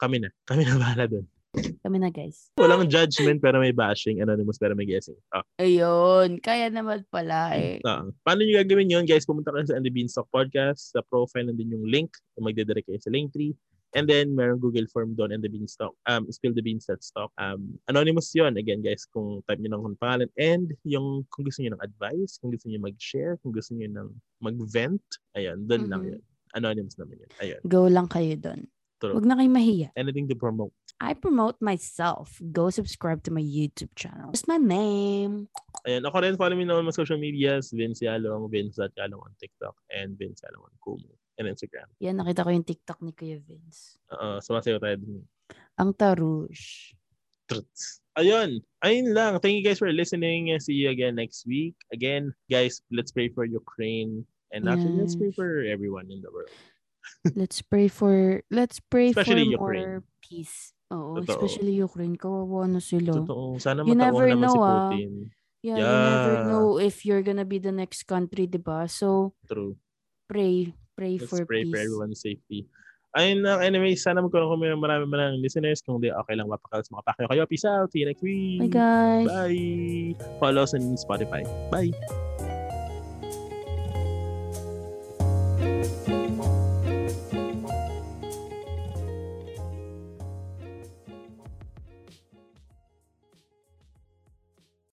[SPEAKER 1] kami na. Kami na bahala dun.
[SPEAKER 2] Kami na guys.
[SPEAKER 1] Walang judgment pero may bashing, anonymous pero may guessing. Ah,
[SPEAKER 2] Ayun, kaya naman pala eh.
[SPEAKER 1] Oo. Ah, Paano nyo gagawin yun, guys? Pumunta kayo sa And the Beanstalk Podcast. Sa profile, nandun yung link. Magdedirect kayo sa Linktree. And then, merong Google form doon and the Beanstalk. Um, spill the beans that stock. Um, anonymous yon Again, guys, kung type nyo lang kung pangalan. And yung kung gusto nyo ng advice, kung gusto nyo mag-share, kung gusto nyo ng mag-vent, ayun, doon lang
[SPEAKER 2] Mhm.
[SPEAKER 1] yun. Anonymous naman yun. Ayun.
[SPEAKER 2] Go lang kayo doon.
[SPEAKER 1] True.
[SPEAKER 2] Huwag na kayo mahiya.
[SPEAKER 1] Anything to promote.
[SPEAKER 2] I promote myself. Go subscribe to my YouTube channel. It's my name.
[SPEAKER 1] Ayun. Ako rin, follow me naman mga social medias. Vince Yalong, Vince.Yalong on TikTok, and Vince Yalong on Kumu and Instagram.
[SPEAKER 2] Yan, nakita ko yung TikTok ni Kuya Vince.
[SPEAKER 1] Oo, sumasayo tayo dun.
[SPEAKER 2] Ang tarush.
[SPEAKER 1] <laughs> truths. Ayun. Ayun lang. Thank you guys for listening. See you again next week. Again, guys, let's pray for Ukraine. And actually, let's pray
[SPEAKER 2] Yes.
[SPEAKER 1] for everyone in the world.
[SPEAKER 2] Let's pray for, let's pray
[SPEAKER 1] Especially
[SPEAKER 2] for more
[SPEAKER 1] Ukraine.
[SPEAKER 2] peace. Oo,
[SPEAKER 1] Totoo.
[SPEAKER 2] especially Ukraine. Kawawa na sila.
[SPEAKER 1] Totoo. Sana
[SPEAKER 2] You
[SPEAKER 1] matawa
[SPEAKER 2] never
[SPEAKER 1] naman si
[SPEAKER 2] know, ah.
[SPEAKER 1] Putin.
[SPEAKER 2] Yeah, you never
[SPEAKER 1] Yeah.
[SPEAKER 2] know if you're gonna be the next country, di ba? So,
[SPEAKER 1] True.
[SPEAKER 2] pray. Pray
[SPEAKER 1] Let's
[SPEAKER 2] for
[SPEAKER 1] pray for
[SPEAKER 2] peace.
[SPEAKER 1] everyone's safety. Ayun lang. Anyway, sana magkaroon kami ng marami maraming listeners. Kung di, okay lang mapakalas. Makapakayo kayo. Peace out. See you next week.
[SPEAKER 2] Bye, guys.
[SPEAKER 1] Bye. Follow us on Spotify. Bye.